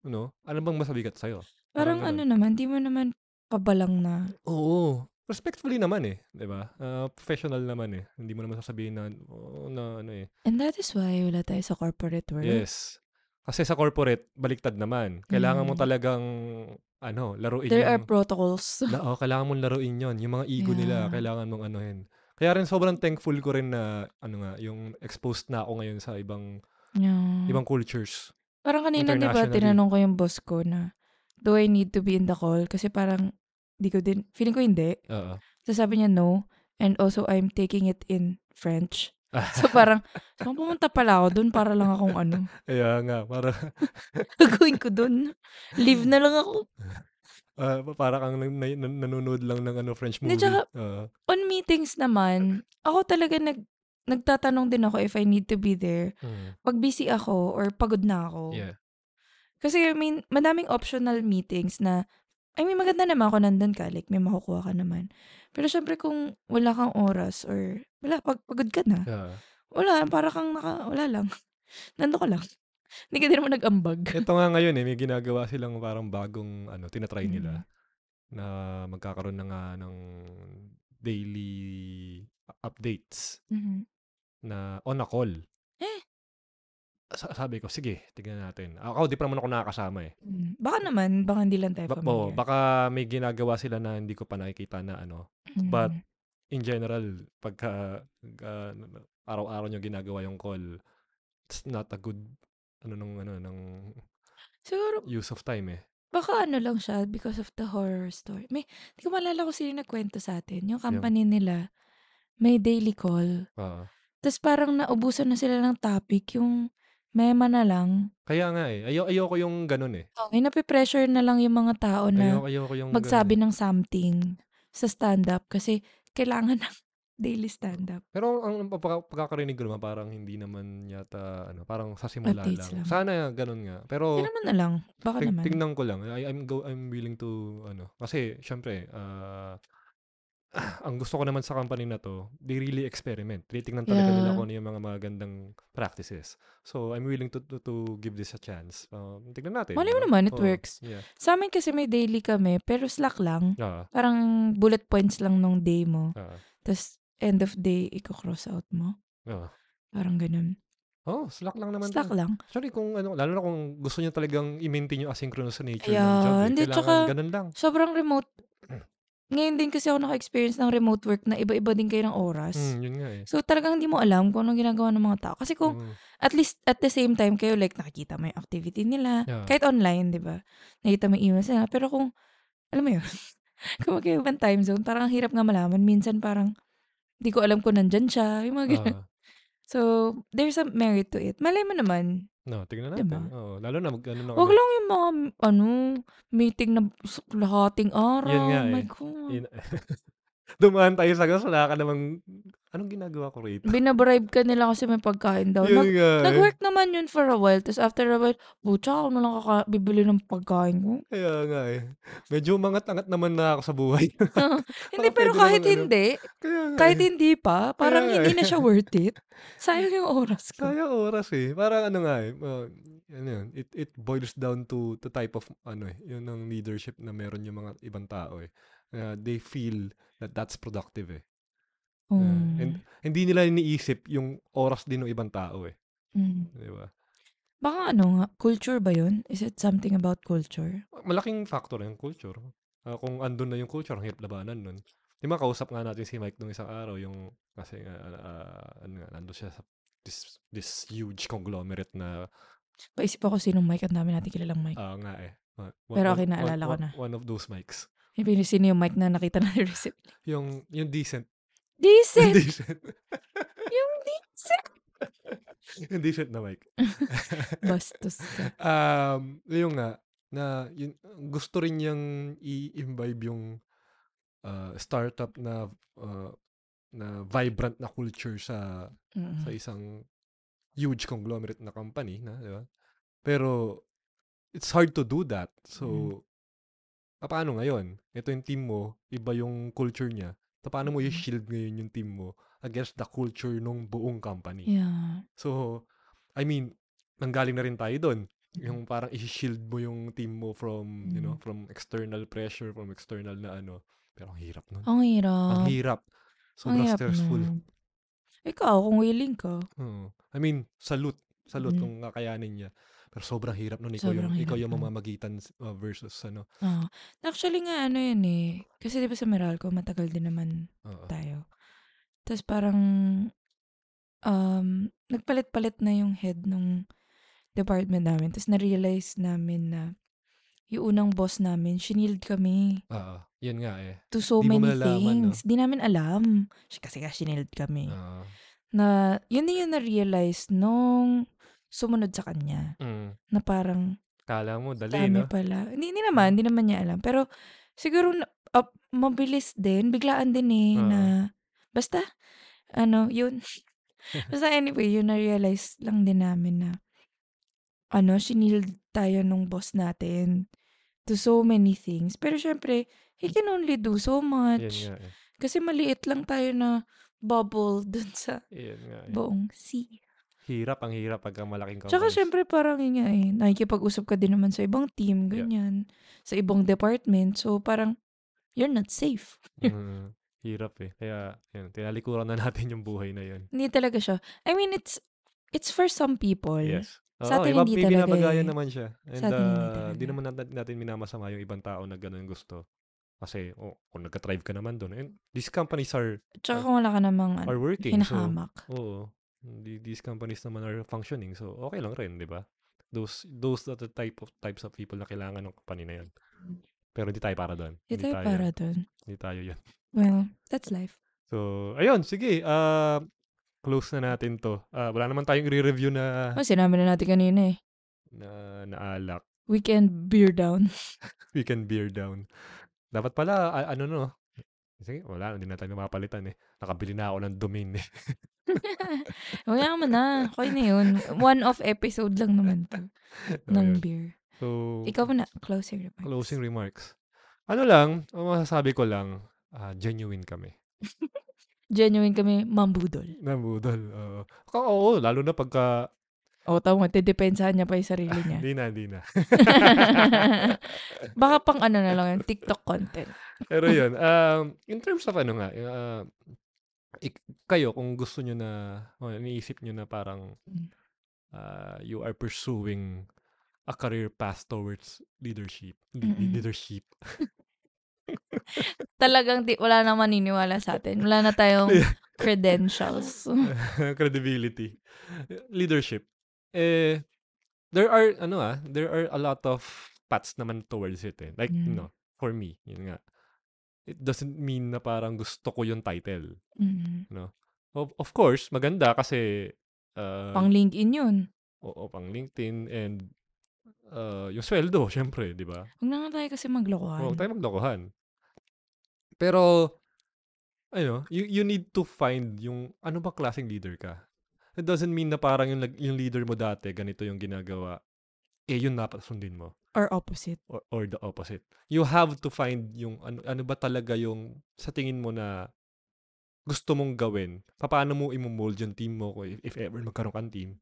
Ano? Ano bang masabigat sa'yo?
Parang
ganun.
ano naman, di mo naman pabalang na,
Oo. Respectfully naman eh, 'di ba? Ah, professional naman eh. Hindi mo naman sasabihin na oh, na ano eh.
and that is why wala tayo sa corporate world.
Yes. Kasi sa corporate, baliktad naman. Kailangan mo
Mm.
talagang ano, laruin
There are
yung
protocols.
na, oh, kailangan mong laruin 'yon, yung mga ego nila,
Yeah.
kailangan mong anuhin. Kaya rin sobrang thankful ko rin na ano nga, yung exposed na ako ngayon sa ibang
Yeah.
ibang cultures.
Parang kanina, di ba,
Internationally.
tinanong ko yung boss ko na, do I need to be in the call? Kasi parang, di ko din, feeling ko hindi.
Oo.
So sabi niya, no. And also, I'm taking it in French. So parang, so pumunta pala ako doon para lang akong ano,
Kaya nga, para
gagawin ko doon. Leave na lang ako.
ah, para kang nan- nan- nanonood lang ng ano French
Hindi,
movie.
tsaka-
Oo.
On meetings naman, ako talaga nag, nagtatanong din ako if I need to be there.
Mm.
Pag busy ako or pagod na ako.
Yeah.
Kasi I mean, madaming optional meetings na, I mean, maganda naman ako nandun ka. Like, may makukuha ka naman. Pero syempre kung wala kang oras or wala, pag pagod ka na,
Yeah.
wala, para kang naka, wala lang. Nandun ka lang. Hindi ka din naman nag-ambag.
Ito nga ngayon eh, may ginagawa silang parang bagong ano, tinatry
Mm.
nila na magkakaroon na nga ng daily updates
Mhm.
na on a call.
Eh.
Sa- sabi ko, sige, tignan natin. Ako, di pa naman ako nakakasama eh.
Mhm. Baka naman, baka hindi lang tayo
Ba-
familiar.
oo, baka may ginagawa sila na hindi ko pa nakikita na ano. but-
Mhm.
In general, pagka ah, araw-araw nyo ginagawa yung call, it's not a good ano nung ano ng
Siguro,
use of time eh.
baka ano lang siya because of the horror story. May, hindi ko maalala kung sino nagkwento sa atin. Yung company nila, may daily call.
Oo.
Tapos parang naubusan na sila ng topic, yung mema na lang.
kaya nga eh, ayo ayoko yung ganun eh.
Okay, napipressure Oh, na lang yung mga tao na
Ayoko, ayoko yung
magsabi
ganun eh.
ng something sa stand-up kasi kailangan ng daily stand-up.
Pero ang ang pagka- pagkakarinig ko naman, parang hindi naman yata, ano, parang sa simula
Updates
lang.
lang.
Sana ganun nga. Pero,
Kaya naman na lang. Baka
ting-
naman.
tingnan ko lang. I, I'm, go, I'm willing to, ano, kasi, syempre, ah, ah, ang gusto ko naman sa company na to, they really experiment. Tinitingnan talaga nila
Yeah.
kung ano yung mga magandang practices. So, I'm willing to to, to give this a chance. Uh, tignan natin.
Malay mo
diba?
naman, it
Oo.
works.
Yeah.
Sa amin kasi may daily kami, pero slack lang.
Ah,
Parang bullet points lang nung day mo.
ah,
Tapos end of day, i-cross out mo.
ah.
Parang ganun.
Oh, slack lang naman.
Slack
to.
lang.
Actually, kung ano, lalo na kung gusto niya talagang i-maintain yung asynchronous nature ng
Yeah,
job. Eh.
hindi,
Kailangan
tsaka-
ganun lang.
Sobrang remote. Ngayon din kasi ako naka-experience ng remote work na iba-iba din kayo ng oras.
Mm, yun nga eh.
So talagang hindi mo alam kung anong ginagawa ng mga tao. Kasi kung
Mm,
at least at the same time kayo like nakikita mo yung activity nila.
Yeah.
Kahit online, di ba? Nakikita mo yung emails nila. Pero kung, alam mo yun, kung magkaibang time zone, parang ang hirap nga malaman. Minsan parang, di ko alam kung nandyan siya. Yung mga ganun.
ah,
So, there's some merit to it. Malay mo naman.
no, tignan
Diba?
natin. Oo, lalo na mag, ano na
Huwag
kami.
lang yung mga, ano, meeting na s- lahating araw. Oh
Yun nga
My
eh.
God.
In- Dumaan tayo sa gas, wala ka namang, anong ginagawa ko rito?
Binabribe ka nila kasi may pagkain daw. oh, Nag-
Yun nga eh.
Nag-work naman yun for a while. Tapos after a while, bucha, ako na lang kaka- bibili ng pagkain ko.
Kaya nga eh. Medyo mangat-angat naman na ako sa buhay.
hindi,
Baka
pero
pwede
kahit
namang ano.
hindi,
Kaya nga
kahit
eh.
hindi pa, parang
Kaya nga
hindi
eh.
na siya worth it. Sayang yung oras ko.
Kaya oras eh. Parang ano nga eh. uh, ano yun, it, it boils down to the type of, ano eh, yun ang leadership na meron yung mga ibang tao eh. Uh, they feel that that's productive eh. Uh,
Mm.
and hindi nila iniisip yung oras din ng ibang tao eh.
Mm.
Di ba?
Baka ano nga, culture ba yun? Is it something about culture?
malaking factor yung culture. Ah, kung andun na yung culture, ang hirap labanan nun. Di ba, kausap nga natin si Mike nung isang araw, yung, kasi nga, ah, ah, ano nga, nandun siya sa this, this huge conglomerate na,
Paisip ako sinong Mike. Ang dami natin kilalang Mike.
ah, nga eh. ah, one-
Pero
one-
okay, naalala
one-
ko na.
one- One of those mics.
Maybe sino yung Mike na nakita na receipt.
Yung, yung decent.
Decent!
decent.
yung decent!
yung decent na mic.
Bastos ka.
Um, yung nga, na yun, gusto rin niyang i-imbibe yung ah, startup na ah, na vibrant na culture sa
Mm.
sa isang huge conglomerate na company na, di ba? Pero it's hard to do that. So ah, paano ngayon? Ito yung team mo, iba yung culture niya. So, paano mo
Mm.
i-shield ngayon yung team mo against the culture ng buong company?
Yeah.
So, I mean, nanggaling na rin tayo doon.
Mm.
Yung parang i-shield mo yung team mo from, you know, from external pressure, from external na ano. Pero ang hirap nun.
Ang hirap.
ang hirap.
Ang
Sobrang
hirap
stressful.
nun. Ikaw, kung willing ka.
Oo. I mean, salute. Salute
Mm.
kung kakayanin niya. Pero sobrang hirap nun. Ikaw yung,
Sobrang
ikaw
hirap
yung
nun.
mamamagitan s- uh, versus ano.
Ah, actually nga ano yan eh. Kasi di ba sa Meralco matagal din naman
Oo.
tayo. Tapos parang um, nagpalit-palit na yung head nung department namin. Tapos na-realize namin na yung unang boss namin, shinield kami
Oo. Yun nga eh.
to so
Di mo
many
malalaman, no? Ah.
things. Di namin alam. Kasi nga shinield kami.
Oo.
Na yun din yung na-realize nung sumunod sa kanya.
Mm.
Na parang
Kala mo, dali,
Dami
no?
pala. Hindi, hindi naman, hindi naman niya alam. Pero siguro na- up- mabilis din, biglaan din eh
Oo.
na basta ano, yun. basta anyway, yun na-realize lang din namin na ano, shinield tayo nung boss natin to so many things. Pero syempre, he can only do so
Yun
much.
nga eh.
Kasi maliit lang tayo na bubble dun sa
Yun nga eh.
buong sea.
Hirap ang hirap pagka malaking companies.
Tsaka syempre parang yun nga eh, nakikipag-usap ka din naman sa ibang team,
Yeah.
ganyan, sa ibang department. So parang, you're not safe.
Mm, hirap eh. Kaya, yun, tinalikuran na natin yung buhay na yun.
Hindi talaga siya. I mean, it's it's for some people.
Yes.
Sa
Oo,
atin
iba,
hindi
may
talaga
binabagayan
eh.
naman siya. And
Sa atin
ah,
hindi
di
talaga.
naman natin, natin minamasama yung ibang tao na ganun gusto. Kasi, oh, kung nagka-thrive ka naman doon, and these companies are,
Tsaka kung wala ka namang ano,
are working. So,
hinahamak.
oo. Hindi- These companies naman are functioning. So, okay lang rin, di ba? Those, those are the type of, types of people na kailangan ng company na yun. Pero hindi tayo ano. para doon.
Hindi tayo para dun.
Hindi tayo yun.
Well, that's life.
So, ayun, sige. ah, close na natin to. Ah, wala naman tayong re-review na,
Oh, sinabi na natin kanina eh.
na naalak.
Weekend beer down.
we can bear down. Dapat pala, a- ano no, sige, wala, hindi na tayo mapapalitan eh. Nakabili na ako ng domain eh.
Huwag mo na. Okay na yun. One-off episode lang naman to.
So,
ng
Oh, yun.
beer.
so,
Ikaw na. Closing remarks.
closing remarks. Ano lang, ang masasabi ko lang, ah, genuine kami.
Genuine kami, mambudol.
Nabudol. Oo. Ka- Oo, lalo na pagka,
O, tama, tidepensahan niya pa yung sarili niya.
hindi na, hindi na.
Baka pang ano na lang yun, TikTok content.
Pero yun, um, in terms of ano nga, uh, ik- kayo, kung gusto nyo na, o iniisip nyo na parang
Mm.
uh, you are pursuing a career path towards leadership. Li-
Mm-mm.
Leadership.
Talagang di, wala na maniniwala sa atin. Wala na tayong
Yeah.
credentials.
credibility. Leadership. Eh, there are, ano ah, there are a lot of paths naman towards it eh. Like, you
Mm.
know, for me, yun nga. It doesn't mean na parang gusto ko yung title.
Mm.
Of, of course, maganda kasi uh,
Pang LinkedIn yun.
oo, pang LinkedIn and uh, yung sweldo, syempre, di ba?
Huwag na nga tayo kasi ano?
Huwag
maglokohan.
Oh, tayo maglokohan. Pero, ano, you, you need to find yung ano ba klaseng leader ka. It doesn't mean na parang yung, nag- yung leader mo dati, ganito yung ginagawa. Eh, yun dapat sundin mo.
Or opposite.
Or, or the opposite. You have to find yung ano, ano ba talaga yung sa tingin mo na gusto mong gawin. Paano mo imumold yung team mo kung if, if ever magkaroon kang team.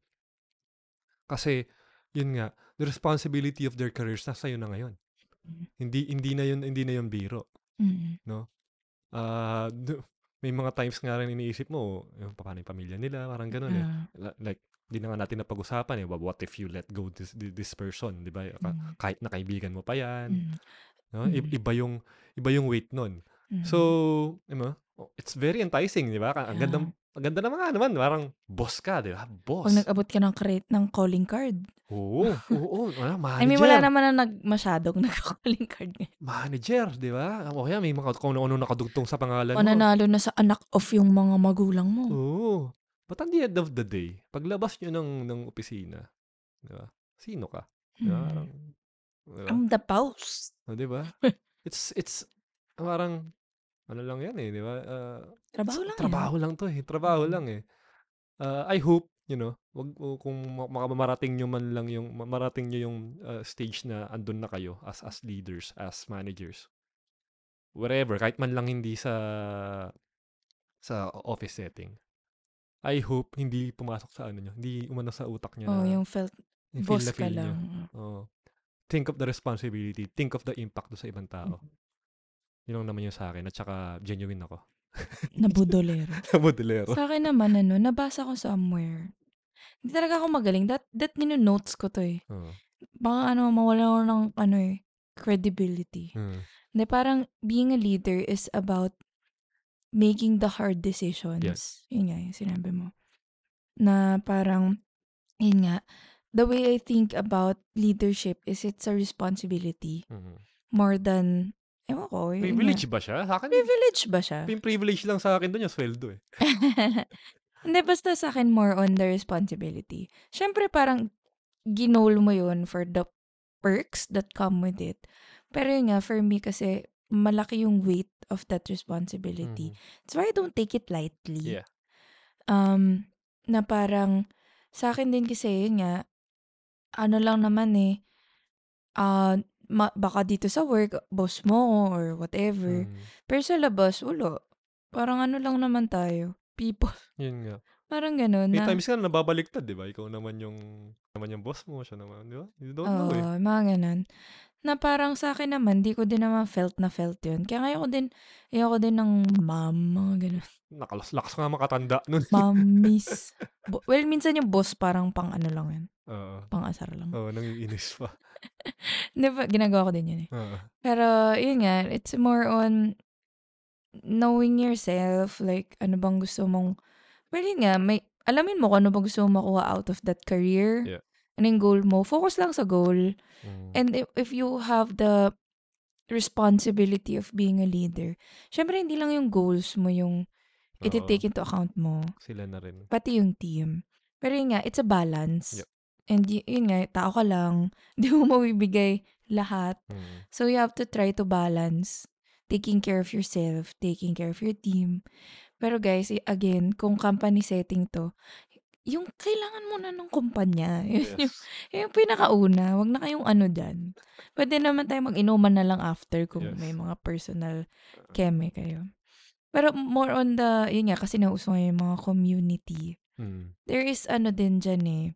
Kasi, yun nga, the responsibility of their careers nasa iyo na ngayon. Hindi hindi na yun hindi na yun biro.
Mm.
Ah, d- may mga times nga rin iniisip mo, yung paano yung pamilya nila, parang ganun eh.
Ah,
La- Like, di na nga natin napag-usapan eh, but what if you let go this, thi- this person, di ba? Ka-
mm,
Kahit na kaibigan mo pa yan,
mm,
no? I-
Mm.
iba yung, iba yung weight nun.
mm.
So, di ba? Oh, It's very enticing, di ba? Ka- Ang
Yeah.
ganda, ang ganda naman nga naman, parang boss ka, di ba?
Pag
Boss.
nag-abot ka ng crate ng calling card.
Oo, oo, wala, manager.
I mean, wala naman na nag, masyadong nag-calling card ngayon.
Manager, di ba? O kaya may mga kung ano Oh, nakadugtong sa pangalan
O
mo.
nanalo na sa anak of yung mga magulang mo.
Oo. But at the end of the day, paglabas nyo ng, ng opisina, di ba? Sino ka? Di ba?
Mm.
Parang, di ba?
Mm-hmm. I'm the boss.
Oh, di ba? It's, it's, parang, ano lang yan eh, di ba? Ah,
Trabaho
it's-
lang
Trabaho lang to eh. Trabaho
Mm.
lang eh. Ah, I hope, you know, wag, o kung ma- makamarating nyo man lang yung, ma- marating nyo yung ah, stage na andun na kayo as, as leaders, as managers. Wherever, kahit man lang hindi sa, sa office setting. I hope hindi pumasok sa ano nyo, hindi umano sa utak niya
yan. Oh,
na
yung felt
yung feel
boss
na
ka
feel niyo.
lang.
Oo. Think of the responsibility, think of the impact do sa ibang tao. Yun lang naman yung sa akin at saka genuine ako.
Nabudolero.
Modelero.
sa akin naman, ano, nabasa ko somewhere. Hindi talaga ako magaling. That, that notes ko to eh.
Oo.
Baka ano, mawala ako ng ano eh, credibility.
Mm.
Hindi, parang being a leader is about making the hard decisions.
Yes.
Yun nga, yung sinabi mo. Na parang, yun nga, the way I think about leadership is it's a responsibility
Mhm.
more than, ewan ko. yun nga.
Privilege ba siya? Sa akin,
Privilege ba siya?
pin privilege lang sa akin doon yung sweldo eh.
Hindi, basta sa akin more on the responsibility. Siyempre, parang ginol mo yun for the perks that come with it. Pero yun nga, for me kasi, malaki yung weight of that
Mhm.
responsibility. That's why I don't take it lightly.
Yeah.
Um, na parang, sa akin din kasi, yun nga, ano lang naman eh, ah, ma- baka dito sa work, boss mo or whatever.
Mm.
Pero sa labas, ulo. Parang ano lang naman tayo. People.
Yun nga.
Parang ganun.
May
na,
times ka na nababaliktad, di ba? Ikaw naman yung, naman yung boss mo, siya naman, di ba? You don't know eh.
Oo, mga ganun. Na parang sa akin naman, di ko din naman felt na felt yun. Kaya ngayon ko din, ayoko din ng ma'am, mga ganun.
Nakalas-lakas nga makatanda nun.
Ma'am, miss. Bo- well, minsan yung boss parang pang ano lang
eh.
yun.
Oo.
Pang asar lang.
Oo, nangiinis pa.
Di ba, ginagawa ko din yun eh.
Oo.
Pero, yun nga, it's more on knowing yourself, like, ano bang gusto mong, well, yun nga, may, alamin mo kung ano ba gusto mong makuha out of that career.
Yeah.
Ano yung goal mo? Focus lang sa goal.
Mm.
And if, if you have the responsibility of being a leader, syempre hindi lang yung goals mo yung iti-take into account mo,
Sila na rin.
pati yung team. Pero yun nga, it's a balance.
Yep.
And y- yun nga, tao ka lang, hindi mo mabibigay lahat.
Mm.
So you have to try to balance taking care of yourself, eh, taking care of your team. Pero guys, i- again, kung company setting to, yung kailangan mo na ng kumpanya. Yun yung-
Yes.
yun yung pinakauna. Huwag na kayong ano dyan. Pwede naman tayo mag-inuman na lang after kung
Yes. Uh-huh.
may mga personal keme kayo. Pero more on the, yun nga, kasi nauso ngayon yung mga community.
Mm.
There is ano din dyan eh,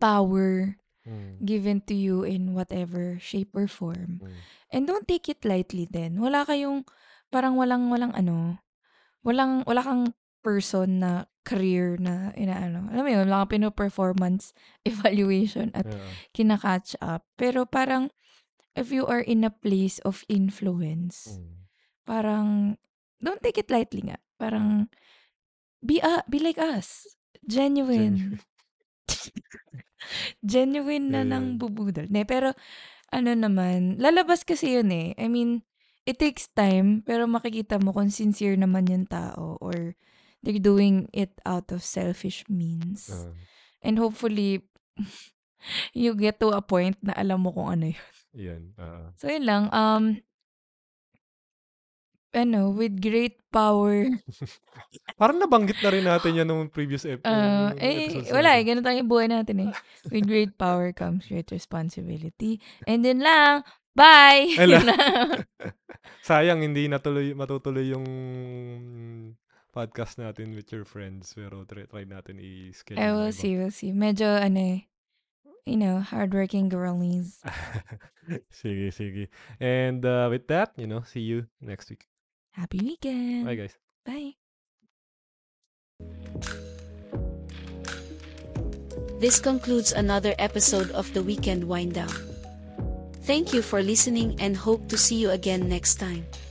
power
Mm.
given to you in whatever shape or form.
Mm.
And don't take it lightly then. Wala kayong, parang walang, walang ano, walang, wala kang person na career na inaano. Alam mo yun, wala kang pinu-performance evaluation at
Yeah.
kinakatch up. Pero parang, if you are in a place of influence,
Mm.
parang, don't take it lightly nga. Parang, be, a, be like us. Genuine. Genuine
Yeah,
na
yeah.
nang bubudol. Ne, pero, ano naman, lalabas kasi yun eh. I mean, it takes time, pero makikita mo kung sincere naman yung tao or they're doing it out of selfish means.
Ah,
And hopefully, you get to a point na alam mo kung ano yun.
yan. Ah.
So, yun lang. Um, ano, with great power.
Parang nabanggit na rin natin yan nung previous ep-
Uh,
nung
eh,
episodes
wala eh.
natin.
Ganun tayo yung buhay natin eh. With great power comes great responsibility. And yun lang. Bye!
Hello.
Yun lang.
Sayang, hindi natuloy, matutuloy yung podcast natin with your friends. Pero try, try natin i-schedule. na
I will
iba.
see, Eh, we'll see. Medyo, ano eh, you know, hardworking girlies.
sige, sige. And uh, with that, you know, see you next week.
Happy weekend!
Bye, guys.
Bye!
This concludes another episode of the Weekend Wind Down. Thank you for listening and hope to see you again next time.